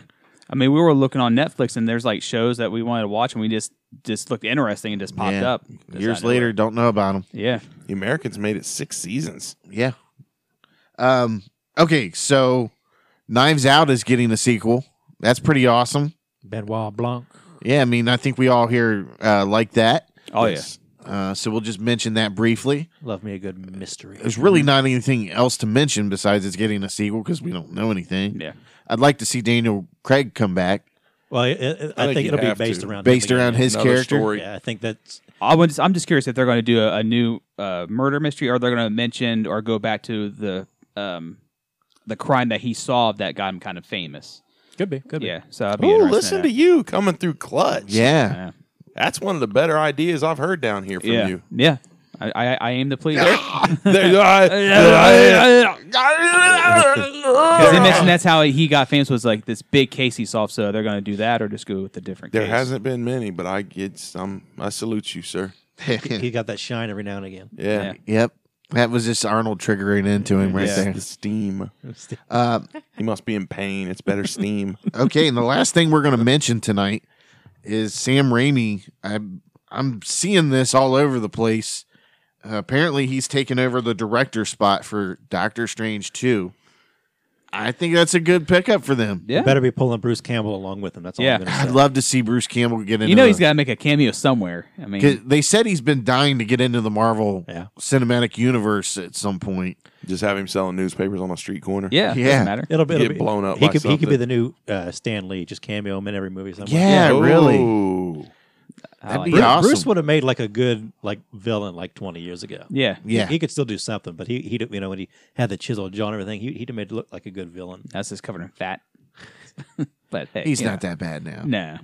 [SPEAKER 3] I mean, we were looking on Netflix, and there's like shows that we wanted to watch, and we just just looked interesting and just popped
[SPEAKER 2] Yeah.
[SPEAKER 3] up Just out
[SPEAKER 2] Years
[SPEAKER 3] of
[SPEAKER 2] later, don't know about them.
[SPEAKER 3] nowhere. Yeah.
[SPEAKER 4] The Americans made it six seasons.
[SPEAKER 2] Yeah. Um. Okay. So, Knives Out is getting a sequel. That's pretty awesome.
[SPEAKER 5] Benoit Blanc.
[SPEAKER 2] Yeah. I mean, I think we all here uh, like that.
[SPEAKER 3] Oh
[SPEAKER 2] Uh, so we'll just mention that briefly.
[SPEAKER 5] Love me a good mystery.
[SPEAKER 2] There's really
[SPEAKER 3] Mm-hmm.
[SPEAKER 2] not anything else to mention besides it's getting a sequel because we don't know anything.
[SPEAKER 3] yeah. Yeah.
[SPEAKER 2] I'd like to see Daniel Craig come back,
[SPEAKER 5] Well, it, it, I,
[SPEAKER 4] think
[SPEAKER 5] think,
[SPEAKER 4] you'd
[SPEAKER 5] it'll be
[SPEAKER 4] have
[SPEAKER 5] based
[SPEAKER 4] to.
[SPEAKER 5] around
[SPEAKER 2] based
[SPEAKER 5] him again.
[SPEAKER 2] around his
[SPEAKER 4] Another
[SPEAKER 2] character.
[SPEAKER 4] story.
[SPEAKER 5] Yeah, I think that's
[SPEAKER 3] I would, I'm just curious if they're going to do a, a new uh, murder mystery, or they're going to mention or go back to the um, the crime that he solved that got him kind of famous.
[SPEAKER 5] could be. Could
[SPEAKER 3] Yeah. So I'd be
[SPEAKER 4] Oh,
[SPEAKER 3] interested in
[SPEAKER 4] listen
[SPEAKER 3] that.
[SPEAKER 4] to you coming through clutch.
[SPEAKER 2] Yeah.
[SPEAKER 4] that's one of the better ideas I've heard down here from
[SPEAKER 3] Yeah. *laughs*
[SPEAKER 4] you.
[SPEAKER 3] Yeah. I, I, I aim to
[SPEAKER 4] *laughs*
[SPEAKER 3] please. *laughs*
[SPEAKER 4] There- I-
[SPEAKER 3] Because they mentioned that's how he got famous was like this big case he solved. So they're going to do that or just go with a different
[SPEAKER 4] there
[SPEAKER 3] case.
[SPEAKER 4] hasn't been many, but I get some. I salute you, sir.
[SPEAKER 2] *laughs*
[SPEAKER 5] be. He got that shine every now and again.
[SPEAKER 4] Yeah,
[SPEAKER 2] Yep. That was just Arnold triggering into him right
[SPEAKER 3] Yeah.
[SPEAKER 2] there.
[SPEAKER 4] the steam.
[SPEAKER 2] Uh,
[SPEAKER 4] He must be in pain. It's
[SPEAKER 2] *laughs*
[SPEAKER 4] better steam.
[SPEAKER 2] okay, and the last thing we're going to mention tonight is Sam Raimi. I, I'm seeing this all over the place. Uh, apparently, he's taken over the director spot for Doctor Strange 2. I think that's a good pickup for them.
[SPEAKER 3] Yeah.
[SPEAKER 5] Better be pulling Bruce Campbell along with him. That's all
[SPEAKER 3] Yeah.
[SPEAKER 5] I'm going to say.
[SPEAKER 2] I'd love to see Bruce Campbell get into
[SPEAKER 3] You know
[SPEAKER 2] the-
[SPEAKER 3] he's got to make a cameo somewhere. I
[SPEAKER 2] 'cause
[SPEAKER 3] mean,
[SPEAKER 2] They said he's been dying to get into the Marvel
[SPEAKER 5] Yeah.
[SPEAKER 2] cinematic universe at some point.
[SPEAKER 4] Just have him selling newspapers on a street corner.
[SPEAKER 3] yeah,
[SPEAKER 2] Yeah.
[SPEAKER 3] doesn't matter.
[SPEAKER 5] It'll, be- it'll
[SPEAKER 4] Get
[SPEAKER 5] be
[SPEAKER 4] blown up
[SPEAKER 5] He
[SPEAKER 4] by
[SPEAKER 5] could he could be
[SPEAKER 4] something.
[SPEAKER 5] the new uh, Stan Lee, just cameo him in every movie somewhere.
[SPEAKER 2] Yeah,
[SPEAKER 3] Oh.
[SPEAKER 2] really.
[SPEAKER 4] Ooh.
[SPEAKER 3] I
[SPEAKER 2] That'd
[SPEAKER 3] like
[SPEAKER 2] be
[SPEAKER 3] it.
[SPEAKER 5] Bruce,
[SPEAKER 2] awesome.
[SPEAKER 5] would have made like a good like villain like twenty years ago.
[SPEAKER 3] Yeah,
[SPEAKER 2] Yeah.
[SPEAKER 5] He could still do something, but he he you know when he had the chisel jaw and everything, he he'd have made it look like a good villain.
[SPEAKER 3] that's just covered in fat. *laughs* but hey,
[SPEAKER 2] He's
[SPEAKER 3] you
[SPEAKER 2] not that bad now.
[SPEAKER 3] know.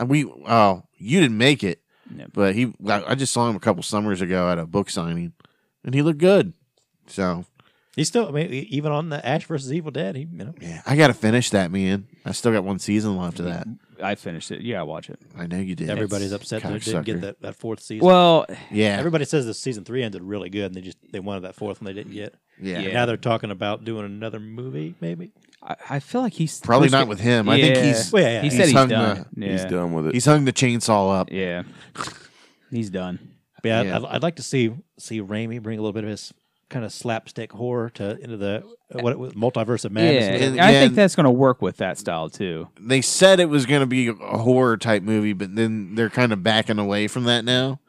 [SPEAKER 2] Uh, We oh, you didn't make it,
[SPEAKER 3] No.
[SPEAKER 2] but he. I I just saw him a couple summers ago at a book signing, and he looked good. So
[SPEAKER 5] He's still. I mean, e- even on the Ash versus Evil Dead, he you know
[SPEAKER 2] Yeah, I gotta finish that, man. I still got one season left of that.
[SPEAKER 3] I finished it. Yeah, I watch it.
[SPEAKER 2] I know you did.
[SPEAKER 5] everybody's upset that they didn't
[SPEAKER 2] cocksucker.
[SPEAKER 5] get that, that fourth season.
[SPEAKER 3] Well,
[SPEAKER 2] Yeah,
[SPEAKER 5] everybody says the season three ended really good, and they just they wanted that fourth one they didn't get.
[SPEAKER 2] yeah.
[SPEAKER 5] And now they're talking about doing another movie, maybe.
[SPEAKER 3] I, I feel like he's
[SPEAKER 2] Probably not with him. I think
[SPEAKER 3] Yeah.
[SPEAKER 2] he's
[SPEAKER 5] Well, yeah, yeah.
[SPEAKER 3] he
[SPEAKER 5] He's
[SPEAKER 3] said he's,
[SPEAKER 2] hung
[SPEAKER 3] done.
[SPEAKER 2] the-
[SPEAKER 3] yeah.
[SPEAKER 4] He's done with it.
[SPEAKER 2] he's hung the chainsaw up.
[SPEAKER 3] Yeah, he's done.
[SPEAKER 5] But yeah,
[SPEAKER 2] Yeah.
[SPEAKER 5] I'd, I'd like to see see Raimi bring a little bit of his kind of slapstick horror to into the uh, what was multiverse of madness.
[SPEAKER 3] yeah,
[SPEAKER 5] or whatever.
[SPEAKER 2] and-
[SPEAKER 3] and I think
[SPEAKER 2] and-
[SPEAKER 3] that's going to work with that style too.
[SPEAKER 2] They said it was gonna be a horror type movie, but then they're kind of backing away from that now.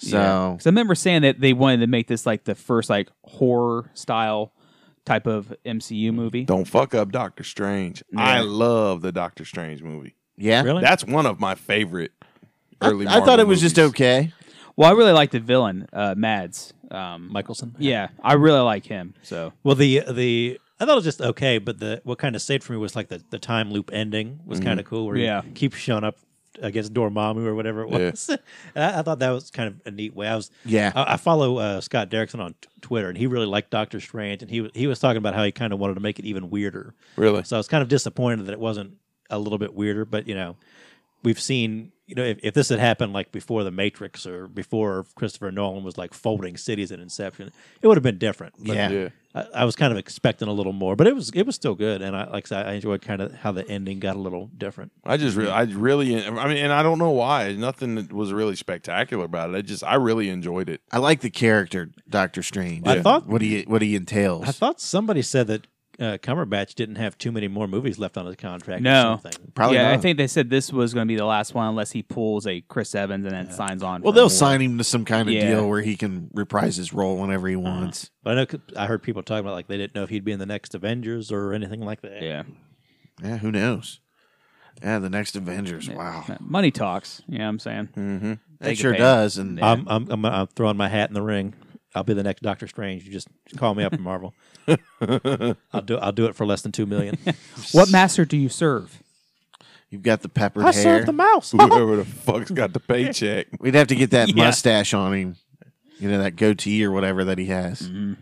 [SPEAKER 3] Yeah.
[SPEAKER 2] So
[SPEAKER 3] 'Cause I remember saying that they wanted to make this like the first like horror style type of MCU movie.
[SPEAKER 4] Don't fuck up Doctor Strange. I love the Doctor Strange movie.
[SPEAKER 2] yeah,
[SPEAKER 5] Really?
[SPEAKER 4] That's one of my favorite
[SPEAKER 2] I,
[SPEAKER 4] early.
[SPEAKER 2] I thought
[SPEAKER 4] Marvel
[SPEAKER 2] it was just
[SPEAKER 4] movies.
[SPEAKER 2] okay.
[SPEAKER 3] Well, I really like the villain, uh, Mads. Um,
[SPEAKER 5] Michelson.
[SPEAKER 3] yeah, I really like him. So
[SPEAKER 5] Well, the the I thought it was just okay, but the what kind of saved for me was like the, the time loop ending was kind of cool, where
[SPEAKER 3] Yeah.
[SPEAKER 5] he keeps showing up against Dormammu or whatever it
[SPEAKER 4] Yeah.
[SPEAKER 5] was. *laughs* And I, I thought that was kind of a neat way. I was
[SPEAKER 2] Yeah.
[SPEAKER 5] I, I follow uh, Scott Derrickson on t- Twitter, and he really liked Doctor Strange, and he was- he was talking about how he kind of wanted to make it even weirder.
[SPEAKER 4] Really?
[SPEAKER 5] So I was kind of disappointed that it wasn't a little bit weirder, but you know, we've seen you know if, if this had happened like before the Matrix or before Christopher Nolan was like folding cities in Inception, it would have been different. But
[SPEAKER 2] Yeah.
[SPEAKER 4] Yeah.
[SPEAKER 5] I, I was kind of expecting a little more, but it was it was still good, and I like I, said, I enjoyed kind of how the ending got a little different.
[SPEAKER 4] I just, re- I really, I mean, and I don't know why. Nothing that was really spectacular about it. I just, I really enjoyed
[SPEAKER 2] *laughs*
[SPEAKER 4] it.
[SPEAKER 2] I like the character Doctor Strange.
[SPEAKER 5] I thought-
[SPEAKER 2] what he what he entails.
[SPEAKER 5] I thought somebody said that uh, Cumberbatch didn't have too many more movies left on his contract.
[SPEAKER 3] No.
[SPEAKER 5] or something.
[SPEAKER 2] Probably
[SPEAKER 3] yeah, I
[SPEAKER 2] not.
[SPEAKER 3] think they said this was going to be the last one unless he pulls a Chris Evans and then signs on.
[SPEAKER 2] well,
[SPEAKER 3] for more.
[SPEAKER 2] they'll sign him to some kind of
[SPEAKER 3] Yeah. Uh-huh.
[SPEAKER 2] deal where he can reprise his role whenever he wants.
[SPEAKER 5] But I know 'cause I heard people talking about like they didn't know if he'd be in the next Avengers or anything like that.
[SPEAKER 3] Yeah,
[SPEAKER 2] Yeah, who knows? Yeah, the next Avengers. Wow,
[SPEAKER 3] money talks. You know what I'm saying?
[SPEAKER 2] Hmm. it
[SPEAKER 3] a
[SPEAKER 2] sure
[SPEAKER 3] pay.
[SPEAKER 2] does. And
[SPEAKER 5] I'm, I'm, I'm, I'm throwing my hat in the ring. I'll be the next Doctor Strange. You just call me
[SPEAKER 3] *laughs*
[SPEAKER 5] up, Marvel. I'll do I'll do it for less than two million.
[SPEAKER 3] What master do you serve?
[SPEAKER 2] you've got the peppered hair.
[SPEAKER 5] mouse.
[SPEAKER 4] Whoever the fuck's got the paycheck.
[SPEAKER 2] We'd have to get that
[SPEAKER 3] Yeah.
[SPEAKER 2] mustache on him. You know that goatee or whatever that he has.
[SPEAKER 3] Mm-hmm.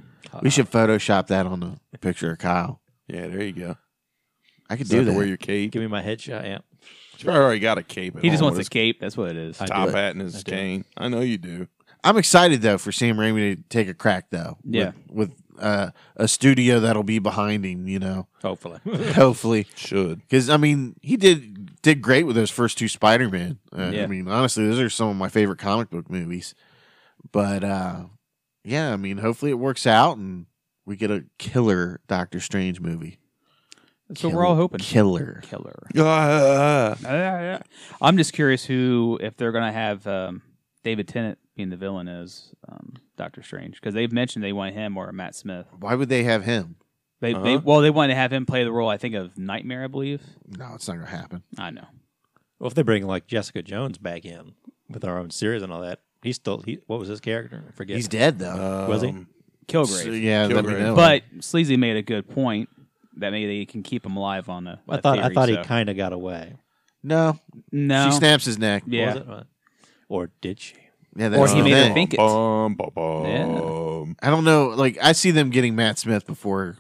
[SPEAKER 2] We should Photoshop that on the picture of Kyle.
[SPEAKER 4] Yeah, there you go.
[SPEAKER 2] I could
[SPEAKER 4] Do
[SPEAKER 2] do
[SPEAKER 4] to
[SPEAKER 2] that.
[SPEAKER 4] wear your cape.
[SPEAKER 5] Give me my headshot. Yeah.
[SPEAKER 4] You already got a cape. at
[SPEAKER 3] He just
[SPEAKER 4] home
[SPEAKER 3] wants
[SPEAKER 4] with
[SPEAKER 3] a cape. That's what it is.
[SPEAKER 5] I
[SPEAKER 4] his
[SPEAKER 5] do
[SPEAKER 4] top
[SPEAKER 5] it.
[SPEAKER 4] hat and his
[SPEAKER 5] do.
[SPEAKER 4] cane. I know you do.
[SPEAKER 2] I'm excited though for Sam Raimi to take a crack though.
[SPEAKER 3] Yeah.
[SPEAKER 2] with, with uh, a studio that'll be behind him. You know,
[SPEAKER 5] *laughs* Hopefully.
[SPEAKER 2] hopefully.
[SPEAKER 4] Should.
[SPEAKER 2] Because I mean, he did did great with those first two Spider Man. Uh, I
[SPEAKER 3] Yeah.
[SPEAKER 2] mean, honestly, those are some of my favorite comic book movies. But uh, yeah, I mean, hopefully it works out and we get a killer Doctor Strange movie.
[SPEAKER 3] That's what we're all hoping.
[SPEAKER 2] Killer. *laughs*
[SPEAKER 3] Killer.
[SPEAKER 4] Ah,
[SPEAKER 3] I'm just curious who, if they're going to have um, David Tennant being the villain as um, Doctor Strange, because they've mentioned they want him or Matt Smith.
[SPEAKER 2] Why would they have him?
[SPEAKER 3] They, they
[SPEAKER 4] Uh-huh.
[SPEAKER 3] well, they want to have him play the role. I think of Nightmare, I believe.
[SPEAKER 2] No, it's not gonna happen.
[SPEAKER 3] I know.
[SPEAKER 5] well, if they bring like Jessica Jones back in with our own series and all that, he's still he. What was his character? I forget.
[SPEAKER 2] He's dead though.
[SPEAKER 5] Was he?
[SPEAKER 3] Kilgrave.
[SPEAKER 2] Uh, So, yeah, let me
[SPEAKER 4] Kilgrave.
[SPEAKER 2] know.
[SPEAKER 3] But Sleazy made a good point that maybe they can keep him alive on a.
[SPEAKER 5] I
[SPEAKER 3] a
[SPEAKER 5] thought I
[SPEAKER 3] theory,
[SPEAKER 5] thought he
[SPEAKER 3] so-
[SPEAKER 5] kind of got away.
[SPEAKER 2] no,
[SPEAKER 3] no.
[SPEAKER 2] she snaps his neck.
[SPEAKER 3] yeah.
[SPEAKER 5] Was it? Uh, Or did she?
[SPEAKER 2] yeah, that's
[SPEAKER 3] Or he
[SPEAKER 2] the
[SPEAKER 3] made her
[SPEAKER 2] thing.
[SPEAKER 3] think it.
[SPEAKER 4] Bum, bum, bum.
[SPEAKER 3] Yeah.
[SPEAKER 2] I don't know. Like I see them getting Matt Smith before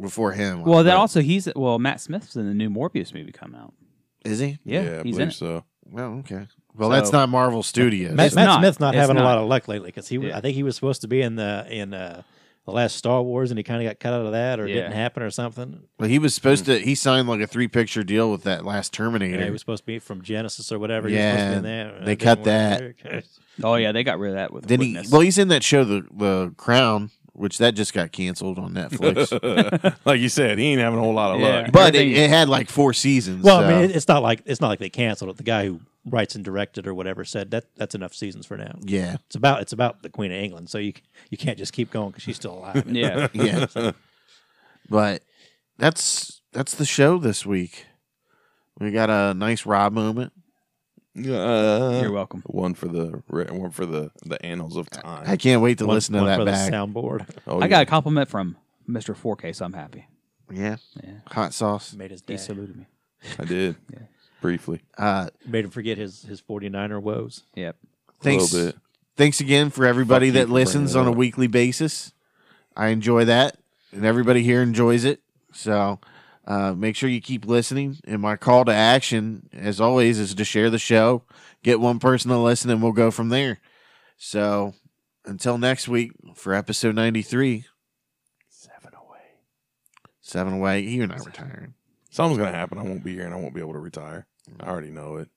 [SPEAKER 2] before him.
[SPEAKER 3] Well, then
[SPEAKER 2] But-
[SPEAKER 3] also he's well Matt Smith's in the new Morbius movie coming out.
[SPEAKER 2] is he?
[SPEAKER 3] Yeah,
[SPEAKER 4] I
[SPEAKER 3] he's
[SPEAKER 4] believe
[SPEAKER 3] in it.
[SPEAKER 4] so.
[SPEAKER 2] Well, okay. Well,
[SPEAKER 3] So-
[SPEAKER 2] that's not Marvel Studios.
[SPEAKER 5] Matt,
[SPEAKER 3] It's
[SPEAKER 5] Matt
[SPEAKER 3] not.
[SPEAKER 5] Smith's not
[SPEAKER 3] It's
[SPEAKER 5] having a
[SPEAKER 3] not.
[SPEAKER 5] lot of luck lately because he. was
[SPEAKER 3] Yeah.
[SPEAKER 5] I think he was supposed to be in the in uh, the last Star Wars and he kind of got cut out of that or
[SPEAKER 3] Yeah.
[SPEAKER 5] didn't happen or something.
[SPEAKER 2] Well, he was supposed to. He signed like a three picture deal with that last Terminator.
[SPEAKER 5] Yeah, he was supposed to be from Genesis or whatever. He was supposed to be in
[SPEAKER 2] Yeah,
[SPEAKER 5] there.
[SPEAKER 2] they
[SPEAKER 5] It
[SPEAKER 2] cut
[SPEAKER 5] didn't work.
[SPEAKER 3] Oh yeah, they got rid of that with
[SPEAKER 2] then he.
[SPEAKER 3] Witness.
[SPEAKER 2] Well, he's in that show, the the Crown, which that just got canceled
[SPEAKER 4] *laughs*
[SPEAKER 2] on
[SPEAKER 5] *laughs*
[SPEAKER 2] Netflix.
[SPEAKER 3] *laughs*
[SPEAKER 4] like you said, he ain't having a whole lot of
[SPEAKER 3] Yeah.
[SPEAKER 4] luck.
[SPEAKER 2] but it,
[SPEAKER 3] Everything-
[SPEAKER 2] it had like four seasons.
[SPEAKER 5] *laughs* Well,
[SPEAKER 2] so-
[SPEAKER 5] I mean, it- it's not like it's not like they canceled it. The guy who writes and directed or whatever said that that's enough seasons for now. *laughs*
[SPEAKER 2] yeah,
[SPEAKER 5] It's about it's about the Queen of England, so you you can't just keep going because she's still *laughs* alive.
[SPEAKER 2] *laughs*
[SPEAKER 3] yeah.
[SPEAKER 2] yeah. but that's that's the show this week. We got a nice Rob moment.
[SPEAKER 4] Uh,
[SPEAKER 3] You're welcome.
[SPEAKER 4] One for the re- one for the the annals of time.
[SPEAKER 2] I can't wait to
[SPEAKER 5] One-
[SPEAKER 2] listen to
[SPEAKER 5] one
[SPEAKER 2] that
[SPEAKER 5] for
[SPEAKER 2] back.
[SPEAKER 5] the *laughs* soundboard
[SPEAKER 4] Oh,
[SPEAKER 3] I
[SPEAKER 4] yeah.
[SPEAKER 3] got a compliment from Mr. 4K, so I'm happy.
[SPEAKER 2] Yeah.
[SPEAKER 3] Yeah.
[SPEAKER 2] hot sauce.
[SPEAKER 5] made his
[SPEAKER 3] He
[SPEAKER 5] day.
[SPEAKER 3] saluted me.
[SPEAKER 2] *laughs*
[SPEAKER 4] I did briefly.
[SPEAKER 2] Uh,
[SPEAKER 5] made him forget his his 49er woes.
[SPEAKER 3] Yep.
[SPEAKER 4] A
[SPEAKER 2] thanks.
[SPEAKER 4] little bit.
[SPEAKER 2] Thanks again for everybody
[SPEAKER 4] Fuck you
[SPEAKER 2] that
[SPEAKER 4] for bringing
[SPEAKER 2] listens
[SPEAKER 4] it
[SPEAKER 2] on a
[SPEAKER 4] up.
[SPEAKER 2] weekly basis. I enjoy that, and everybody here enjoys it. So uh, make sure you keep listening. And my call to action, as always, is to share the show, get one person to listen, and we'll go from there. So until next week for episode 93,
[SPEAKER 4] Seven oh away.
[SPEAKER 2] seven away. You and I retiring.
[SPEAKER 4] Something's gonna happen. I won't be here, and I won't be able to retire. I already know it.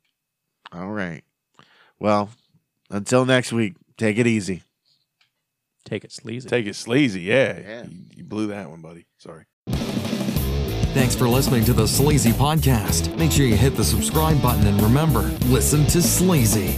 [SPEAKER 2] All right. Well, until next week, take it easy.
[SPEAKER 5] Take it sleazy.
[SPEAKER 4] Take it sleazy. Yeah,
[SPEAKER 2] Yeah.
[SPEAKER 4] You, you blew that one, buddy. Sorry.
[SPEAKER 1] Thanks for listening to the Sleazy Podcast. Make sure you hit the subscribe button and remember, listen to Sleazy.